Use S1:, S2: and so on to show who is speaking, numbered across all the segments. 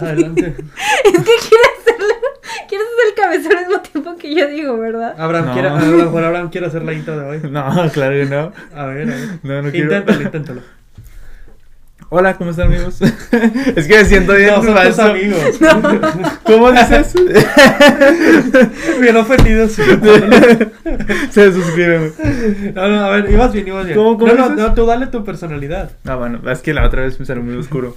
S1: Adelante.
S2: Es que quieres hacerlo. Quieres hacer el cabezón al mismo tiempo que yo digo, ¿verdad?
S1: Abraham,
S3: No.
S1: quiere, a lo mejor Abraham quiere hacer la intro de hoy.
S3: No, claro que no.
S1: A ver, a ver.
S3: No, no quiero.
S1: inténtalo, inténtalo.
S3: Hola, ¿cómo están, amigos? es que me siento bien
S1: No, son tus
S3: falso.
S1: amigos.
S3: ¿Cómo dices?
S1: Bien ofendidos.
S3: Se suscriben. güey.
S1: No, no, a ver, ibas bien, ibas bien.
S3: ¿Cómo- cómo
S1: no, no,
S3: dices?
S1: no, tú dale tu personalidad.
S3: Ah, bueno, es que la otra vez me salió muy oscuro.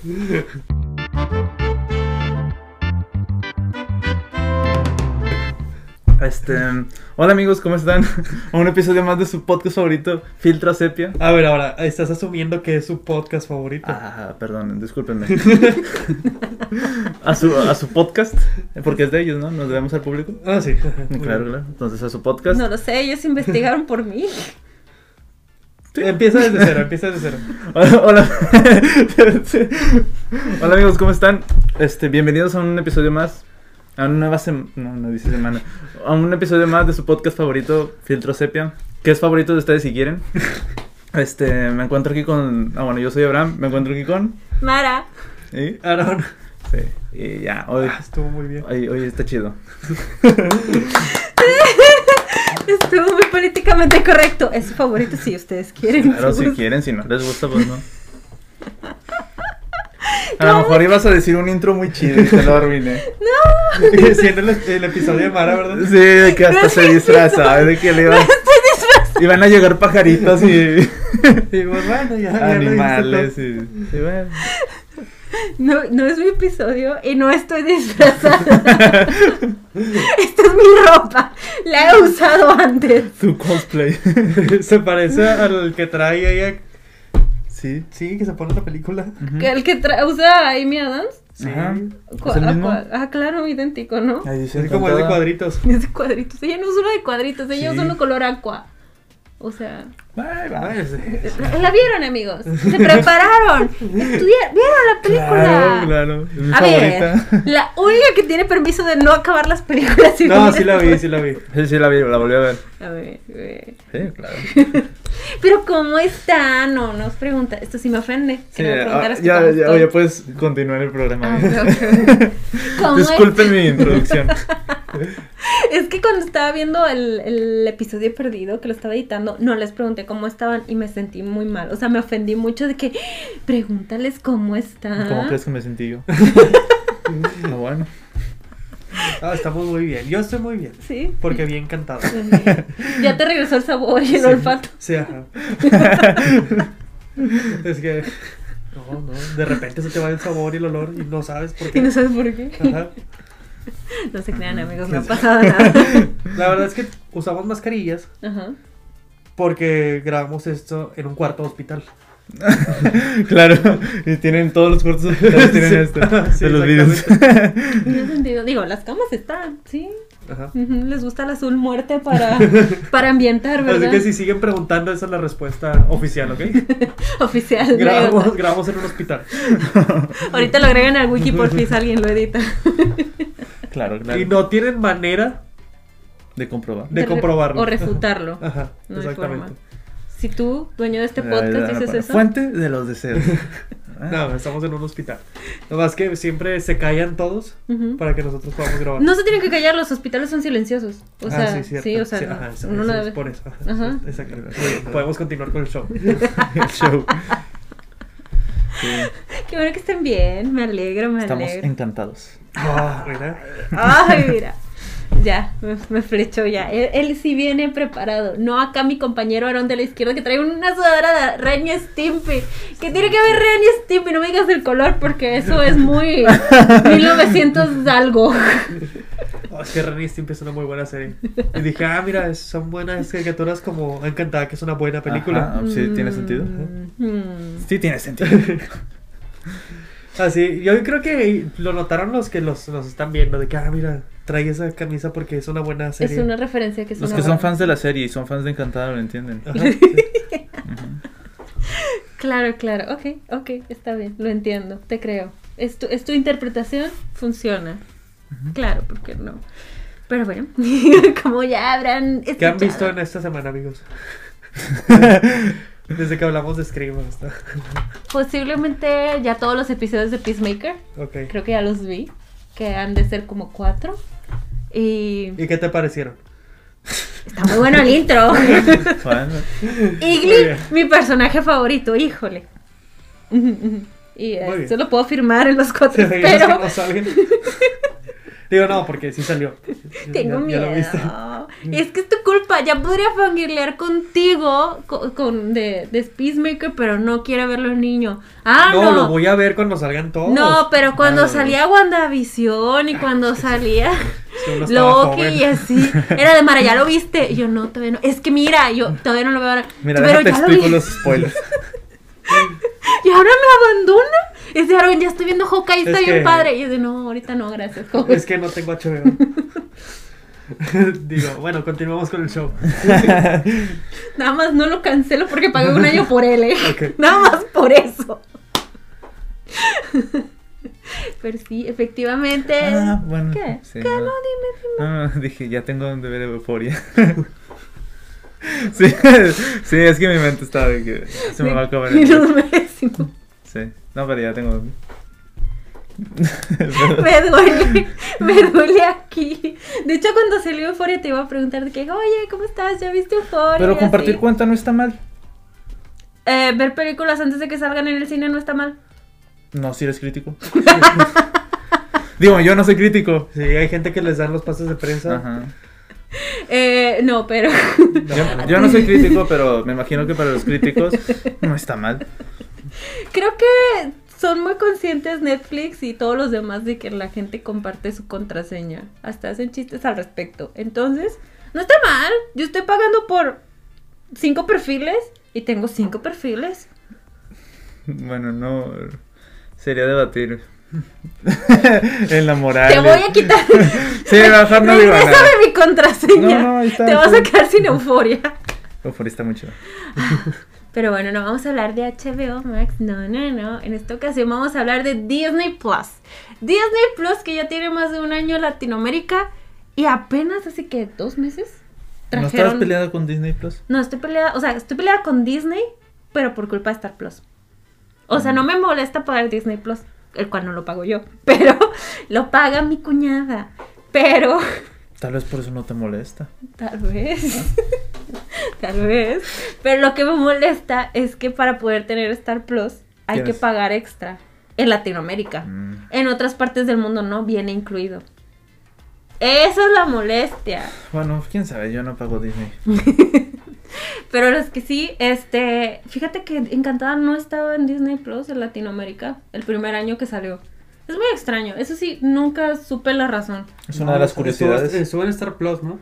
S3: Este, hola amigos, ¿cómo están? A un episodio más de su podcast favorito, Filtro Sepia.
S1: A ver, ahora, estás asumiendo que es su podcast favorito.
S3: Ah, perdón, discúlpenme. a, su, a su podcast, porque es de ellos, ¿no? Nos debemos al público.
S1: Ah, sí.
S3: Claro, claro. Entonces a su podcast.
S2: No lo sé, ellos investigaron por mí.
S1: Empieza desde cero, empieza desde cero.
S3: Hola, hola. Hola, amigos, ¿cómo están? Este, bienvenidos a un episodio más, a una nueva semana, no, no dice semana, a un episodio más de su podcast favorito, Filtro Sepia, que es favorito de ustedes si quieren. Este, me encuentro aquí con, ah, bueno, yo soy Abraham, me encuentro aquí con,
S2: Mara.
S3: y,
S1: Aaron.
S3: sí, y ya, hoy,
S1: Ah, estuvo muy bien.
S3: hoy, hoy está chido.
S2: Estuvo muy políticamente correcto. Es su favorito si ustedes quieren.
S3: Claro, si
S2: Somos-
S3: quieren, si no les gusta, pues no. A lo mejor ibas a decir un intro muy chido y te lo arruiné.
S1: Siendo el, el episodio de Mara, ¿verdad?
S3: Sí, de que hasta
S2: No es
S3: se
S2: que
S3: disfrazaba, de que le iban, iban a llegar pajaritos y
S1: Y pues, bueno, ya, ya lo
S3: animales.
S1: dijiste
S3: Y, y bueno.
S2: No, no es mi episodio y no estoy disfrazada. Esta es mi ropa. La he usado antes.
S3: Tu cosplay.
S1: todo. Se parece al que trae ella.
S3: Sí.
S1: Sí, que se pone en la película.
S3: Ujú.
S2: Que El que tra- usa Amy Adams.
S1: Sí.
S3: Ajá.
S2: Cu-
S3: ¿Es el
S2: ah,
S3: mismo? Ah,
S2: cua- Ah, claro, idéntico, ¿no?
S3: Ay, dice
S1: Es como el de
S3: encantada.
S1: cuadritos.
S2: Es de cuadritos. Ella no usa uno de cuadritos, ella
S1: Sí.
S2: usa uno color aqua. O sea,
S3: Ay, va.
S1: Ay, sí.
S2: la vieron, amigos. Se prepararon. Estudiaron, vieron la película. Ah,
S3: Claro, claro. Es mi
S2: A ver,
S3: favorita.
S2: la única que tiene permiso de no acabar las películas. y
S1: No,
S2: ver
S1: sí la vi, sí la vi.
S3: Sí, sí, la vi, la volví a ver.
S2: A ver, güey.
S3: Sí, claro.
S2: Pero ¿cómo está? No, nos pregunta. Esto sí me ofende. Que
S3: Sí,
S2: no me
S3: ah,
S2: preguntaras que
S3: ya,
S2: cómo
S3: ya,
S2: estoy.
S3: oye, puedes continuar el programa.
S2: Ah,
S3: bien.
S2: ok, ¿Cómo es?
S3: Disculpen mi introducción.
S2: Es que cuando estaba viendo el, el episodio perdido que lo estaba editando, no les pregunté cómo estaban y me sentí muy mal. O sea, me ofendí mucho de que pregúntales cómo están.
S3: ¿Cómo crees que me sentí yo? No, bueno.
S1: Ah, estamos muy bien. Yo estoy muy bien.
S2: Sí.
S1: Porque bien cantado.
S2: Ya te regresó el sabor y el
S1: Sí.
S2: olfato.
S1: Sí, ajá. Es que. No, no. De repente se te va el sabor y el olor y no sabes por
S2: Y no
S1: qué.
S2: sabes por qué.
S1: Ajá.
S2: No se crean, amigos, no ha pasado nada.
S1: La verdad es que usamos mascarillas
S2: Ajá.
S1: porque grabamos esto en un cuarto de hospital.
S3: Claro, y tienen todos los cortos hospitales
S1: Sí.
S3: tienen esto
S1: Sí,
S3: de los vídeos.
S2: No he sentido. Digo, las camas están, sí.
S1: Ajá.
S2: Ujú, Les gusta el azul muerte para, para ambientar,
S1: Así
S2: ¿verdad?
S1: que si siguen preguntando, esa es la respuesta oficial, ¿ok?
S2: Oficial.
S1: Grabamos, grabamos en un hospital.
S2: Ahorita lo agregan al wiki por si alguien lo edita.
S3: Claro,
S1: Y no tienen manera
S3: De comprobar.
S1: de
S2: re-
S1: comprobarlo.
S2: O refutarlo.
S1: Ajá,
S2: No hay forma.
S1: exactamente.
S2: Si tú, dueño de este
S3: Ay,
S2: podcast,
S3: Ana
S2: dices
S3: Paula.
S2: eso.
S3: Ah, Fuente de los deseos. Ah,
S1: No, estamos en un hospital. Nomás que siempre se callan todos
S2: Ujú.
S1: para que nosotros podamos grabar.
S2: No se tienen que callar, los hospitales son silenciosos. O
S1: Ah,
S2: sea,
S1: sí, cierto.
S2: o sea,
S1: Sí,
S2: no-
S1: ajá, eso-
S2: uno
S1: eso
S2: no
S1: es
S2: debe-
S1: por eso. ajá,
S2: Ajá.
S1: sí, Exactamente. Muy bien, Podemos continuar con el show.
S3: el show. Sí,
S2: Qué bueno que estén bien, me alegro, me
S3: estamos
S2: alegro.
S3: encantados.
S1: Ah, mira.
S2: Ay, mira. Ya, me, me flechó ya. Él, él sí viene preparado. No acá mi compañero Aarón de la izquierda que trae una sudadera de Ren y Stimpy. ¿Qué tiene que ver Ren y Stimpy? No me digas el color porque eso es muy 1900 algo.
S1: Oh, es que Renny Stimpy es una muy buena serie. Y dije, ah, mira, es- son buenas caricaturas como Encantada, que es una buena película.
S3: Ajá, sí, tiene
S2: Mm,
S3: sentido.
S2: mm.
S3: Sí, tiene sentido.
S1: Así, yo creo que lo notaron los que los, los están viendo, de que, ah, mira, trae esa camisa porque es una buena serie.
S2: Es una referencia que es
S3: Los
S2: una
S3: que son
S2: buena-
S3: fans de la serie y son fans de Encantada lo entienden.
S1: Ajá, sí.
S2: Claro, claro. Ok, ok, está bien. Lo entiendo, te creo. Es tu, es tu interpretación, funciona. Claro, porque no. Pero bueno, como ya habrán
S1: ¿Qué han
S2: escuchado.
S1: visto en esta semana, amigos? Desde que hablamos de Scream hasta.
S2: Posiblemente ya todos los episodios de Peacemaker,
S1: Ok.
S2: creo que ya los vi, que han de ser como cuatro. Y
S1: ¿Y qué te parecieron?
S2: está muy bueno el intro.
S3: Bueno,
S1: Muy
S2: Igli,
S1: bien.
S2: mi personaje favorito, híjole. Y
S1: Muy
S2: eh,
S1: bien.
S2: se lo puedo firmar en los cuatro,
S1: Te ríes que
S2: pero
S1: no salen. Digo, no, porque sí salió.
S2: tengo
S1: Ya- ya lo
S2: miedo.
S1: viste.
S2: Y es que es tu culpa, ya podría fangirlear contigo con, con- de, de Peacemaker, pero no quiere verlo el niño. Ah,
S1: no,
S2: no.
S1: lo voy a ver cuando salgan todos.
S2: No, pero cuando
S3: Ah,
S2: salía WandaVision y cuando salía
S1: Es que uno estaba
S2: Loki
S1: joven.
S2: y así, era de Mara, ¿ya lo viste? Y yo no, todavía no. Es que mira, yo todavía no lo veo ahora.
S3: mira,
S2: pero
S3: déjate
S2: ya lo
S3: explico
S2: vi.
S3: los spoilers.
S2: Y ahora me abandona. Y dice, Aaron, ya estoy viendo Hawkeye, está
S1: Es
S2: bien
S1: que-
S2: padre. Y yo dice, no, ahorita no, gracias. joven".
S1: Es que no tengo HBO. Digo, bueno, continuamos con el show.
S2: Nada más no lo cancelo porque pagué un año por él, ¿eh?
S1: Ok.
S2: Nada más por eso. Pero sí, efectivamente.
S3: Ah, bueno.
S2: ¿Qué?
S3: sí,
S2: ¿Qué? No,
S3: no. Ah,
S2: dime, dime.
S3: No, no, dije, ya tengo un deber de euforia. sí, sí, es que mi mente estaba de que se me va a acabar el
S2: Menos
S3: tiempo.
S2: décimo.
S3: Sí, no, pero ya tengo.
S2: Me duele, me duele aquí. De hecho, cuando salió Euforia te iba a preguntar de que, oye, ¿cómo estás? ¿Ya viste Euforia?
S3: pero
S2: Y
S3: compartir
S2: así.
S3: cuenta no está mal.
S2: Eh, ver películas antes de que salgan en el cine no está mal.
S3: No, si eres crítico. Digo, yo no soy crítico.
S1: Sí, hay gente que les dan los pases de prensa.
S3: Ajá.
S2: Eh, no, pero.
S3: Yo, yo no soy crítico, pero me imagino que para los críticos no está mal.
S2: Creo que son muy conscientes Netflix y todos los demás de que la gente comparte su contraseña. Hasta hacen chistes al respecto. Entonces, no está mal. Yo estoy pagando por cinco perfiles y tengo cinco perfiles.
S3: Bueno, no. Sería debatir. en la moral.
S2: Te voy a quitar.
S3: Ah, Sí, mejor no digo nada.
S2: Regrésame mi contraseña.
S3: No, no, ahí está,
S2: Te vas a
S3: está.
S2: quedar sin euforia.
S3: Euforia está muy chido.
S2: Pero bueno, no vamos a hablar de HBO Max, no, no, no. En esta ocasión vamos a hablar de Disney Plus. Disney Plus que ya tiene más de un año en Latinoamérica y apenas hace que dos meses
S3: ¿No estabas
S2: trajeron.
S3: peleada con Disney Plus?
S2: No, estoy peleada, o sea, estoy peleada con Disney, pero por culpa de Star Plus. O sea, no me molesta pagar Disney Plus, el cual no lo pago yo, pero lo paga mi cuñada. Pero
S3: Tal vez por eso no te molesta.
S2: Tal vez. Tal vez. Pero lo que me molesta es que para poder tener Star Plus hay que
S3: Tienes-
S2: pagar extra en Latinoamérica.
S3: Mm.
S2: En otras partes del mundo no viene incluido. Esa es la molestia.
S3: Bueno, quién sabe, yo no pago Disney.
S2: Pero los que sí, este, fíjate que Encantada no estaba en Disney Plus en Latinoamérica el primer año que salió. Es muy extraño. Eso sí, nunca supe la razón.
S3: Es una de las
S1: estuvo-
S3: curiosidades.
S1: Estuvo en Star Plus, ¿no?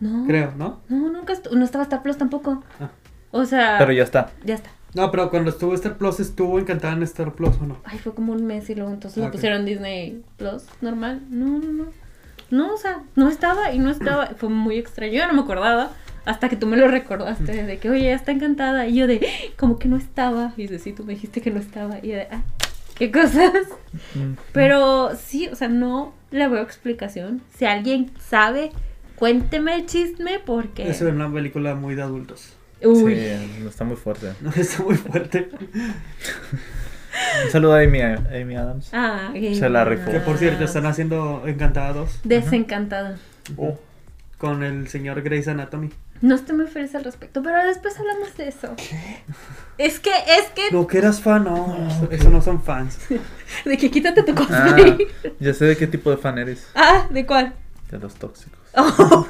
S2: No.
S1: Creo, ¿no?
S2: No, nunca estu- no estaba Star Plus tampoco.
S1: Ah.
S2: O sea,
S3: Pero ya está.
S2: ya está.
S1: No, pero cuando estuvo Star Plus, estuvo encantada en Star Plus, ¿o no?
S2: Ay, fue como un mes y luego entonces
S1: Ok.
S2: lo pusieron Disney Plus, normal. No, no, no. No, o sea, no estaba y no estaba. Fue muy extraño, yo no me acordaba. Hasta que tú me lo recordaste, de que, oye, ya está encantada. Y yo de, "Ah, como que no estaba. Y dice, sí, tú me dijiste que no estaba. Y yo de, ah, qué cosas.
S3: Mm.
S2: Pero sí, o sea, no le veo explicación. Si alguien sabe, cuénteme el chisme porque...
S1: Eso es una película muy de adultos.
S2: Uy,
S3: Sí, está muy fuerte.
S1: No, está muy fuerte.
S3: Un saludo a Amy, Amy Adams.
S2: Ah,
S3: Se la rifó.
S1: Que por cierto, están haciendo encantados
S2: Desencantada.
S3: Oh.
S1: con el señor Grey's Anatomy.
S2: No estoy muy feliz al respecto, pero después hablamos de eso. Es que, es que,
S1: No, que eras fan, no.
S3: No,
S1: Eso no son fans.
S2: de que quítate tu
S3: Ah,
S2: cosplay.
S3: ya sé de qué tipo de fan eres.
S2: Ah, ¿de cuál?
S3: De los tóxicos.
S2: Oh.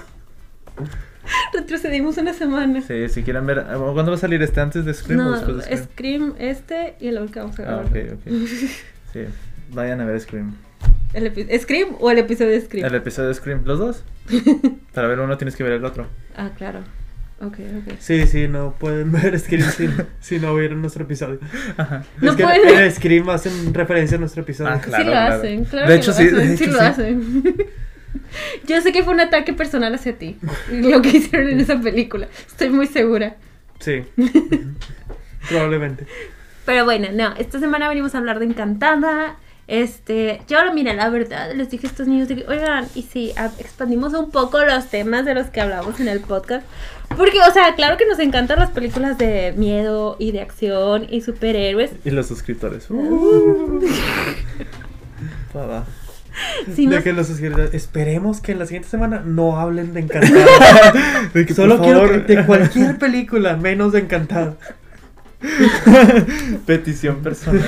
S2: Retrocedimos una semana.
S3: Sí, si quieren ver. ¿Cuándo va a salir este? ¿Antes de Scream o después
S2: No,
S3: de Scream?
S2: Scream este y el que vamos a
S3: Ah,
S2: grabar.
S3: ok, ok. Sí, vayan a ver Scream.
S2: El epi- ¿Scream o el episodio de Scream?
S3: El episodio de Scream, los dos. Para ver uno tienes que ver el otro.
S2: Ah, claro. Ok, ok.
S1: Sí, sí, no pueden ver Scream si, si no vieron nuestro episodio.
S3: Ajá.
S2: No
S1: es que
S2: pueden.
S1: en Scream hacen referencia a nuestro episodio.
S3: Ah,
S2: sí
S3: Claro,
S2: lo
S3: claro.
S2: hacen, claro
S3: De
S2: que
S3: hecho,
S2: lo
S3: sí, de
S2: hacen, sí
S3: hecho,
S2: lo
S3: sí.
S2: hacen. Yo sé que fue un ataque personal hacia ti, lo que hicieron en esa película, estoy muy segura.
S1: Sí. Ujú. Probablemente.
S2: Pero bueno, no, esta semana venimos a hablar de Encantada. Este, yo, mira, la verdad, les dije a estos niños, de que, oigan, y si ah, expandimos un poco los temas de los que hablamos en el podcast, porque, o sea, claro que nos encantan las películas de miedo y de acción y superhéroes.
S3: Y los suscriptores. Uh.
S1: Papá.
S2: Sí,
S1: de
S2: nos-
S1: que los suscriptores- Esperemos que en la siguiente semana no hablen de Encantado.
S3: De que, por
S1: Solo quiero
S3: favor.
S1: que de cualquier película, menos de Encantado.
S3: Petición personal.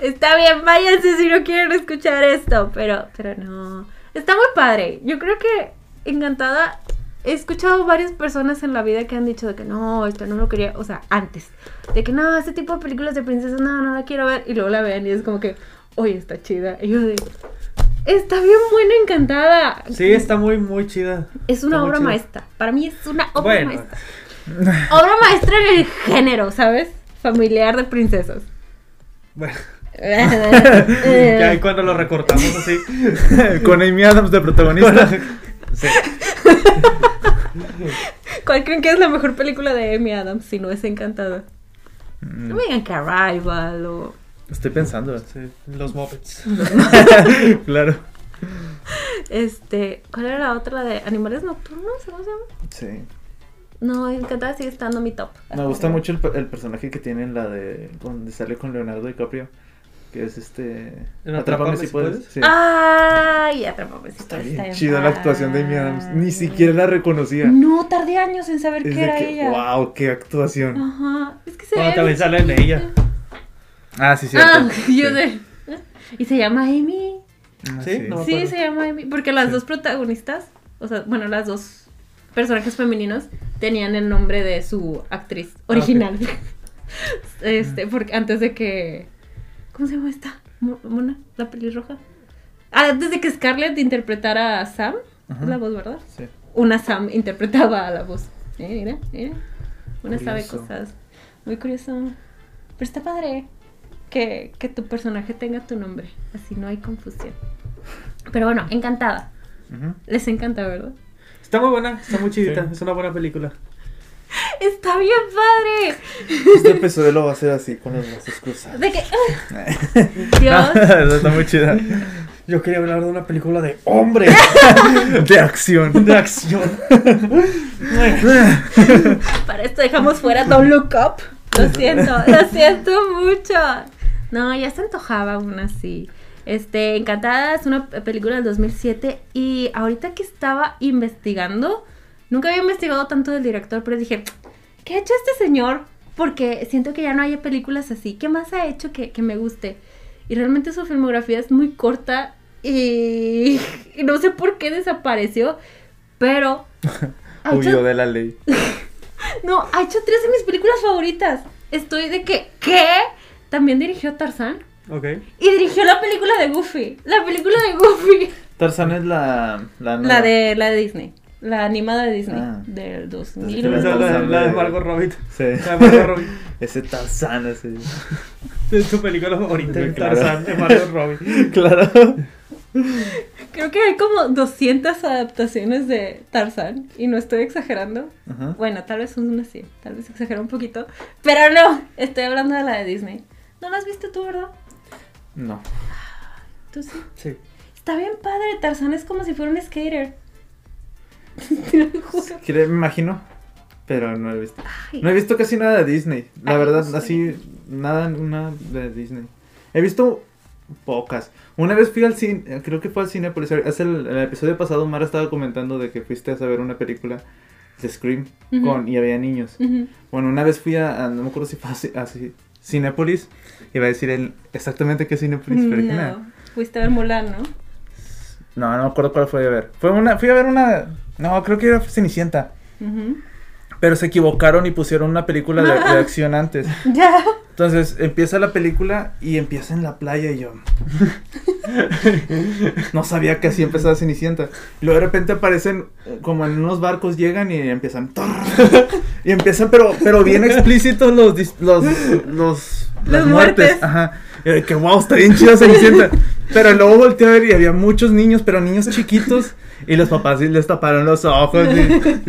S2: Está bien, váyanse si no quieren escuchar esto, pero, pero no. Está muy padre. Yo creo que encantada. He escuchado varias personas en la vida que han dicho de que no, esto no lo quería, o sea, antes. De que no, este tipo de películas de princesas, no, no la quiero ver. Y luego la ven y es como que, oye, está chida. Y yo de, está bien buena, encantada.
S1: Sí, está muy, muy chida.
S2: Es una
S1: Está muy
S2: obra
S1: chida.
S2: maestra. Para mí es una obra
S1: Bueno.
S2: maestra. Obra maestra en el género, ¿sabes? Familiar de princesas.
S1: Bueno, ya ahí cuando lo recortamos así.
S3: Con Amy Adams de protagonista.
S1: Sí.
S2: ¿Cuál creen que es la mejor película de Amy Adams si no es Encantada?
S3: Mm,
S2: No me digan que Arrival o...
S3: Estoy pensando.
S1: Sí, los Muppets.
S3: claro.
S2: Este... ¿Cuál era la otra? ¿La de Animales Nocturnos? ¿Cómo se llama?
S3: Sí.
S2: No, Encantada sigue estando en mi top.
S3: Me gusta mucho el, per- el personaje que tiene en la de. donde sale con Leonardo DiCaprio. Que es este.
S1: En Atrápame
S3: Atrápame
S1: si
S3: si puedes.
S1: puedes.
S3: Sí.
S2: ¡Ay! Atrápame. si
S3: Ah, Está
S2: puedes,
S3: bien
S2: bien
S3: chida la actuación de Amy Adams. Ni siquiera la reconocía.
S2: No, tardé años en saber qué
S3: Es de
S2: era
S3: que,
S2: ella.
S3: wow, qué actuación.
S2: Ajá. Es que se
S1: Bueno,
S2: ve...
S1: también sale en ella.
S3: Ah, sí,
S2: Ah, yo
S3: Sí.
S2: sé. Y se llama Amy.
S3: Ah,
S1: Sí, no.
S2: Sí,
S1: acuerdo.
S2: se llama Amy. Porque las dos protagonistas, o sea, bueno, las dos personajes femeninos tenían el nombre de su actriz original. este, porque antes de que. ¿Cómo se llama esta? Mo- Mona, la pelirroja. Ah, antes de que Scarlett interpretara a Sam,
S3: Ajá.
S2: es la voz, ¿verdad?
S3: Sí.
S2: Una Sam interpretaba a la voz. Eh, mira, mira. Una sabe
S3: Curioso.
S2: cosas. Muy curioso. Pero está padre que, que tu personaje tenga tu nombre. Así no hay confusión. Pero bueno, encantada.
S3: Ujú.
S2: Les encanta, ¿verdad?
S1: Está muy buena, está muy chidita.
S3: Sí.
S1: Es una buena película.
S2: Está bien padre.
S3: Este episodio lo va a hacer así, con las manos cruzadas.
S2: De que. Dios.
S3: Está muy chida.
S1: Yo quería hablar de una película de hombre,
S3: De acción.
S1: de acción.
S2: Para esto dejamos fuera Don't Look Up. Lo siento, lo siento mucho. No, ya se antojaba una así. Este, Encantada es una p- película del 2007 y ahorita que estaba investigando, nunca había investigado tanto del director, pero dije, ¿qué ha hecho este señor? Porque siento que ya no hay películas así. ¿Qué más ha hecho que, que me guste? Y realmente su filmografía es muy corta y, y no sé por qué desapareció, pero... ha hecho-
S3: Huyó de la ley.
S2: no, ha hecho tres de mis películas favoritas. Estoy de que, ¿qué? También dirigió Tarzán.
S1: Ok.
S2: Y dirigió la película de Goofy. La película de Goofy.
S3: Tarzán es la. La, nueva.
S2: La de, la de Disney. La animada de Disney.
S3: Ah.
S2: Del
S3: Y
S2: 2000.
S3: Entonces,
S1: Esa es la, la de Margot Robbie.
S3: Sí.
S1: La de Margot Robbie.
S3: Ese Tarzán, ese.
S1: Es tu película favorita,
S3: Sí,
S1: el
S3: claro.
S1: Tarzán de Margot Robbie.
S3: Claro.
S2: Creo que hay como 200 adaptaciones de Tarzán. Y no estoy exagerando.
S3: Ajá.
S2: Bueno, tal vez son unas 100. Tal vez exagero un poquito. Pero no, estoy hablando de la de Disney. ¿No la has visto tú, verdad?
S3: No.
S2: Tú sí.
S1: Sí.
S2: Está bien padre, Tarzán es como si fuera un skater. Te lo juro.
S3: Creo- Me imagino. Pero no he visto. No he visto casi nada de Disney. La
S2: Ay,
S3: verdad,
S2: sí.
S3: así, nada, nada de Disney. He visto pocas. Una vez fui al cine, eh, creo que fue al cine, por eso, hace el, el episodio pasado Mara estaba comentando de que fuiste a ver una película de Scream
S2: Ujú.
S3: con, y había niños.
S2: Ujú.
S3: Bueno, una vez fui a, a- no me acuerdo si fue así, Cinépolis, iba a decir el- exactamente qué Cinépolis, pero que nada.
S2: No, fuiste a ver Mulan, ¿no?
S3: No, no me acuerdo cuál fue a ver. Fue una, fui a ver una, no, creo que era Cenicienta.
S2: Ujú.
S3: Pero se equivocaron y pusieron una película de- de acción antes.
S2: Ya.
S3: Entonces empieza la película y empieza en la playa y yo. no sabía que así empezaba Cenicienta. Y luego de repente aparecen eh, como en unos barcos, llegan y empiezan. y empiezan, pero, pero bien explícitos los, dis- los, los-
S2: Las
S3: las
S2: muertes.
S3: muertes. Ajá. Y de que wow, está bien chida Cenicienta. Pero luego volteé a ver y había muchos niños, pero niños chiquitos. Y los papás sí les taparon los ojos y,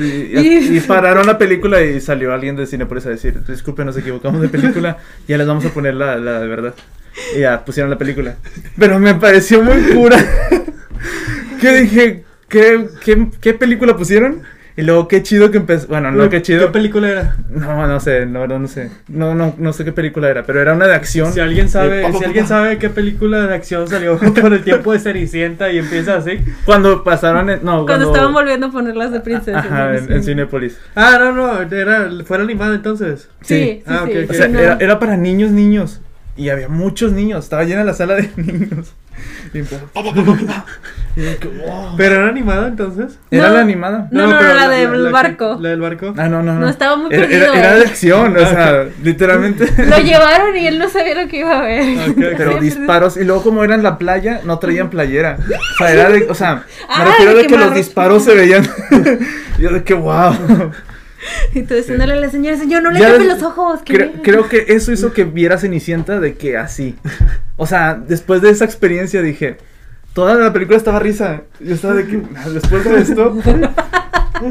S3: y- y- y pararon la película y salió alguien de Cinepolis a decir, disculpe, nos equivocamos de película, ya les vamos a poner la, la de verdad. Y ya pusieron la película. Pero me pareció muy pura. que dije, ¿qué, qué, qué película pusieron? Y luego qué chido que empezó. Bueno, no qué chido.
S1: ¿Qué película era?
S3: No, no sé, la verdad no sé. No, no, no sé qué película era, pero era una de acción.
S1: Si alguien
S3: Eh,
S1: sabe,
S3: pa, pa,
S1: si
S3: pa,
S1: alguien
S3: pa.
S1: sabe qué película de acción salió por el tiempo de Cenicienta y empieza así.
S3: Cuando pasaron en. No,
S2: Cuando estaban volviendo a ponerlas de princesa.
S3: Ajá, en, en Cinépolis.
S1: Ah, no, no, era, fue animada entonces.
S2: Sí, sí, sí.
S1: Ah, ok, ok.
S3: O sea,
S2: no.
S3: era, era para niños, niños. Y había muchos niños. Estaba llena la sala de niños. Y pues,
S1: Pero era animada entonces.
S3: era
S2: No.
S3: la animada.
S2: No, no,
S1: pero
S2: la del barco.
S1: La del barco.
S3: Ah, no, no, no.
S2: No, estaba muy
S3: era,
S2: perdido,
S3: era, era
S2: ¿eh?
S3: de acción, o
S1: Ah,
S3: sea, literalmente.
S2: Lo llevaron y él no sabía lo que iba a ver.
S1: Ok,
S3: Pero
S2: Sí,
S3: disparos. Y luego, como era en la playa, no traían playera. O sea, era de. O sea,
S2: Ah,
S3: me refiero
S2: de
S3: de que los
S2: quemar-
S3: disparos se veían. Yo de que, wow.
S2: Y tú diciéndole a la señora, señor, no le
S3: Ya
S2: tape
S3: des-
S2: los ojos. que
S3: Creo,
S2: ve".
S3: creo que eso hizo que viera Cenicienta de que así. O sea, después de esa experiencia dije, toda la película estaba risa. Yo estaba de que, "Ah, después de esto.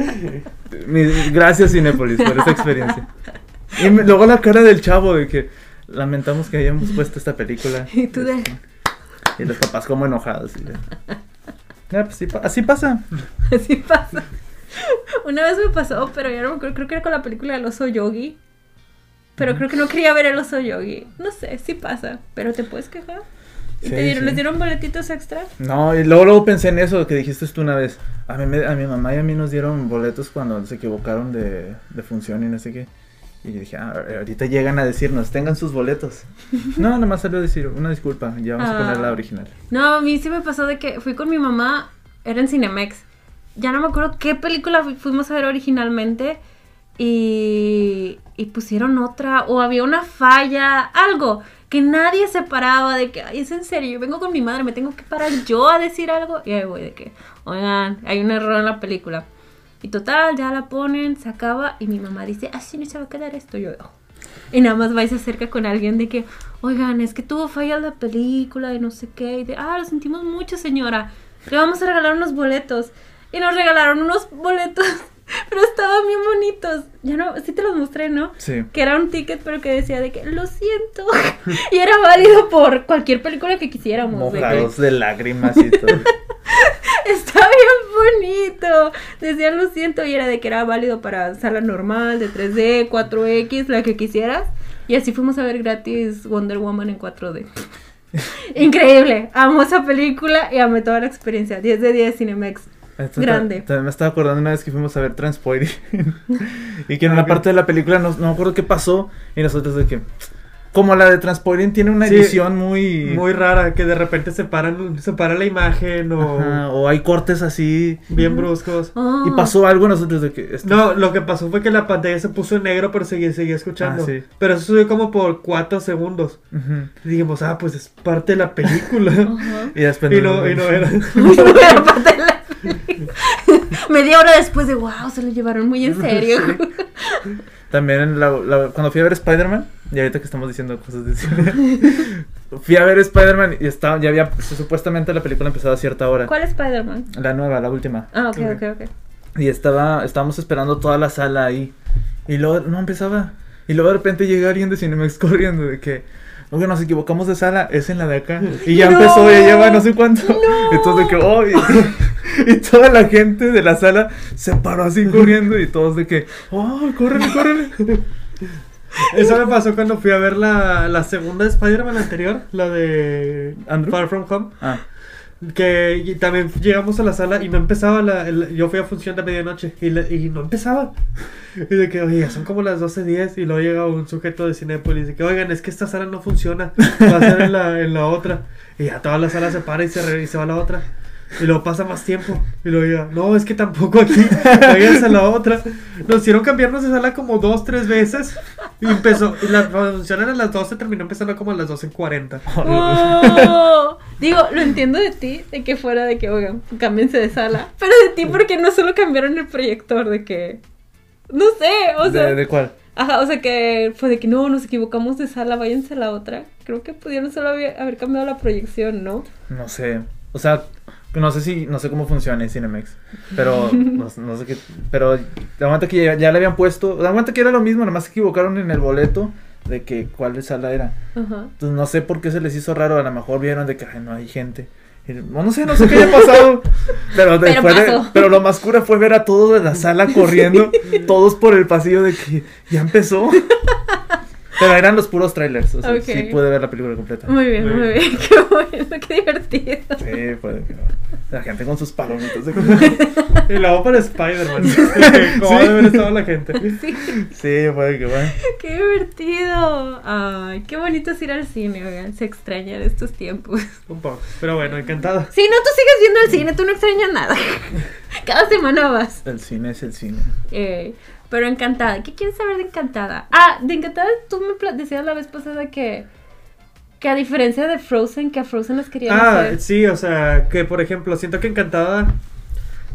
S3: mi- gracias, Cinépolis, por esa experiencia. Y me- luego la cara del chavo de que lamentamos que hayamos puesto esta película.
S2: Y tú de-
S3: Y los papás como enojados. y de- Ya, pues, sí pa- así pasa.
S2: Así pasa. Una vez me pasó, pero ya no me acuerdo, creo que era con la película del oso yogi. Pero creo que no quería ver el oso yogi. No sé, sí pasa, pero te puedes quejar. ¿Y
S3: Sí,
S2: te dieron,
S3: sí.
S2: ¿Les dieron boletitos extra?
S3: No, y luego, luego pensé en eso que dijiste tú una vez. A, mí, me- a mi mamá y a mí nos dieron boletos cuando se equivocaron de, de función y no sé qué. Y yo dije, ah, ahorita llegan a decirnos, tengan sus boletos. No, nomás salió a decir, una disculpa, ya vamos a poner la
S2: Ah.
S3: original.
S2: No, a mí sí me pasó de que fui con mi mamá, era en Cinemex. Ya no me acuerdo qué película fu- fuimos a ver originalmente y, y pusieron otra o había una falla, algo que nadie se paraba de que, ay, es en serio, yo vengo con mi madre, me tengo que parar yo a decir algo y ahí voy de que, oigan, hay un error en la película. Y total, ya la ponen, se acaba y mi mamá dice, así no se va a quedar esto, yo dejo. Y nada más va y se acerca con alguien de que, oigan, es que tuvo falla la película y no sé qué. Y de, ah, lo sentimos mucho, señora. Le vamos a regalar unos boletos. Y nos regalaron unos boletos, pero estaban bien bonitos. Ya no, sí te los mostré, ¿no?
S3: Sí.
S2: Que era un ticket, pero que decía de que, lo siento. y era válido por cualquier película que quisiéramos. de que-
S3: Mojados de lágrimas y todo.
S2: Está bien bonito. Decían lo siento y era de que era válido para sala normal, de 3D, 4X, la que quisieras. Y así fuimos a ver gratis Wonder Woman en 4D. Increíble. Amo esa película y amé toda la experiencia. 10 de 10 Cinemex.
S3: Esto
S2: Grande.
S3: ta- También me estaba acordando una vez que fuimos a ver Transporting. y que en
S1: Ah,
S3: una
S1: ok.
S3: parte de la película, no, no me acuerdo qué pasó, y nosotros de que... Como la de Transporting tiene una
S1: Sí,
S3: edición muy...
S1: Muy rara, que de repente separan, separa la imagen o
S3: Ajá, o hay cortes así...
S1: bien bruscos.
S2: Oh.
S3: Y pasó algo nosotros de que... esto-
S1: No, lo que pasó fue que la pantalla se puso en negro, pero seguía, seguía escuchando.
S3: Ah, sí.
S1: Pero eso subió como por cuatro segundos.
S3: Ujú.
S1: Y dijimos, ah, pues es parte de la película.
S2: Ajá.
S3: Y después...
S1: y, no, y no era.
S2: Pero aparte de la película. Media hora después de wow, se lo llevaron muy en serio.
S3: También en la- la- cuando fui a ver Spider-Man, y ahorita que estamos diciendo cosas de cine, fui a ver Spider-Man y estaba, ya había... Supuestamente la película empezaba a cierta hora.
S2: ¿Cuál es Spider-Man?
S3: La nueva, la última.
S2: Ah, ok,
S1: Ok.
S2: ok, ok.
S3: Y estaba, estábamos esperando toda la sala ahí. Y luego no empezaba. Y luego de repente llega alguien de Cinemex corriendo de que, oye, nos equivocamos de sala, es en la de acá. Y ya
S2: ¡No!
S3: empezó, ya lleva no sé cuánto.
S2: ¡No!
S3: Entonces de que, oh, y, y toda la gente de la sala se paró así corriendo y todos de que, oh, córrele, córrele.
S1: Eso me pasó cuando fui a ver la, la segunda de Spider-Man anterior, la de
S3: Andrew.
S1: Far From Home.
S3: Ah,
S1: Que y también llegamos a la sala y no empezaba la... el- yo fui a función de medianoche y, la- y no empezaba. Y de que, oye, son como las 12.10 y luego llega un sujeto de Cinépolis y dice que, oigan, es que esta sala no funciona, va a ser en la, en la otra. Y ya toda la sala se para y se, re- y se va a la otra. Y luego pasa más tiempo. Y luego llega, no, es que tampoco aquí, váyanse a la otra. Nos hicieron cambiarnos de sala como dos, tres veces. Y empezó, y la función era a las 12, terminó empezando como a las 12.40.
S2: Ah, Oh, digo, lo entiendo de ti, de que fuera de que, oigan, cámbiense de sala. Pero de ti, porque no solo cambiaron el proyector, de que. No sé, o sea.
S3: ¿de, de cuál?
S2: Ajá, o sea que fue de que no, nos equivocamos de sala, váyanse a la otra. Creo que pudieron solo haber, haber cambiado la proyección, ¿no?
S3: No sé. O sea, no sé si, no sé cómo funciona en Cinemex. Pero, no, no sé qué. Pero, aguanta que ya, ya le habían puesto. Aguanta que era lo mismo, nomás se equivocaron en el boleto. de que cuál sala era.
S2: Ajá.
S3: Entonces no sé por qué se les hizo raro, a lo mejor vieron de que "Ay, no hay gente. Y, No no sé, no sé qué haya pasado. Pero, después de-
S2: pasó.
S3: pero lo más cura fue ver a todos de la sala corriendo, todos por el pasillo de que ya empezó. Pero eran los puros trailers, o sea,
S2: Ok.
S3: sí pude ver la película completa.
S2: Muy bien,
S1: Muy
S2: muy
S1: bien.
S2: bien. Qué bueno, qué divertido.
S3: Sí, puede que no. La gente con sus palomitas. de-
S1: Y luego para Spider-Man. ¿Cómo debe haber estado la gente?
S2: Sí,
S3: Sí, puede que bueno.
S2: qué divertido. Ay, qué bonito es ir al cine, oigan. Se extrañan estos tiempos.
S1: Un poco. Pero bueno, encantada.
S2: Si no, tú sigues viendo el cine, tú no extrañas nada. Cada semana vas.
S3: El cine es el cine.
S2: Eh, pero encantada. ¿Qué quieres saber de encantada? Ah, de encantada tú me pla- decías la vez pasada que. Que a diferencia de Frozen, que a Frozen las querían
S1: Ah,
S2: hacer.
S1: sí, o sea, que por ejemplo, siento que encantada.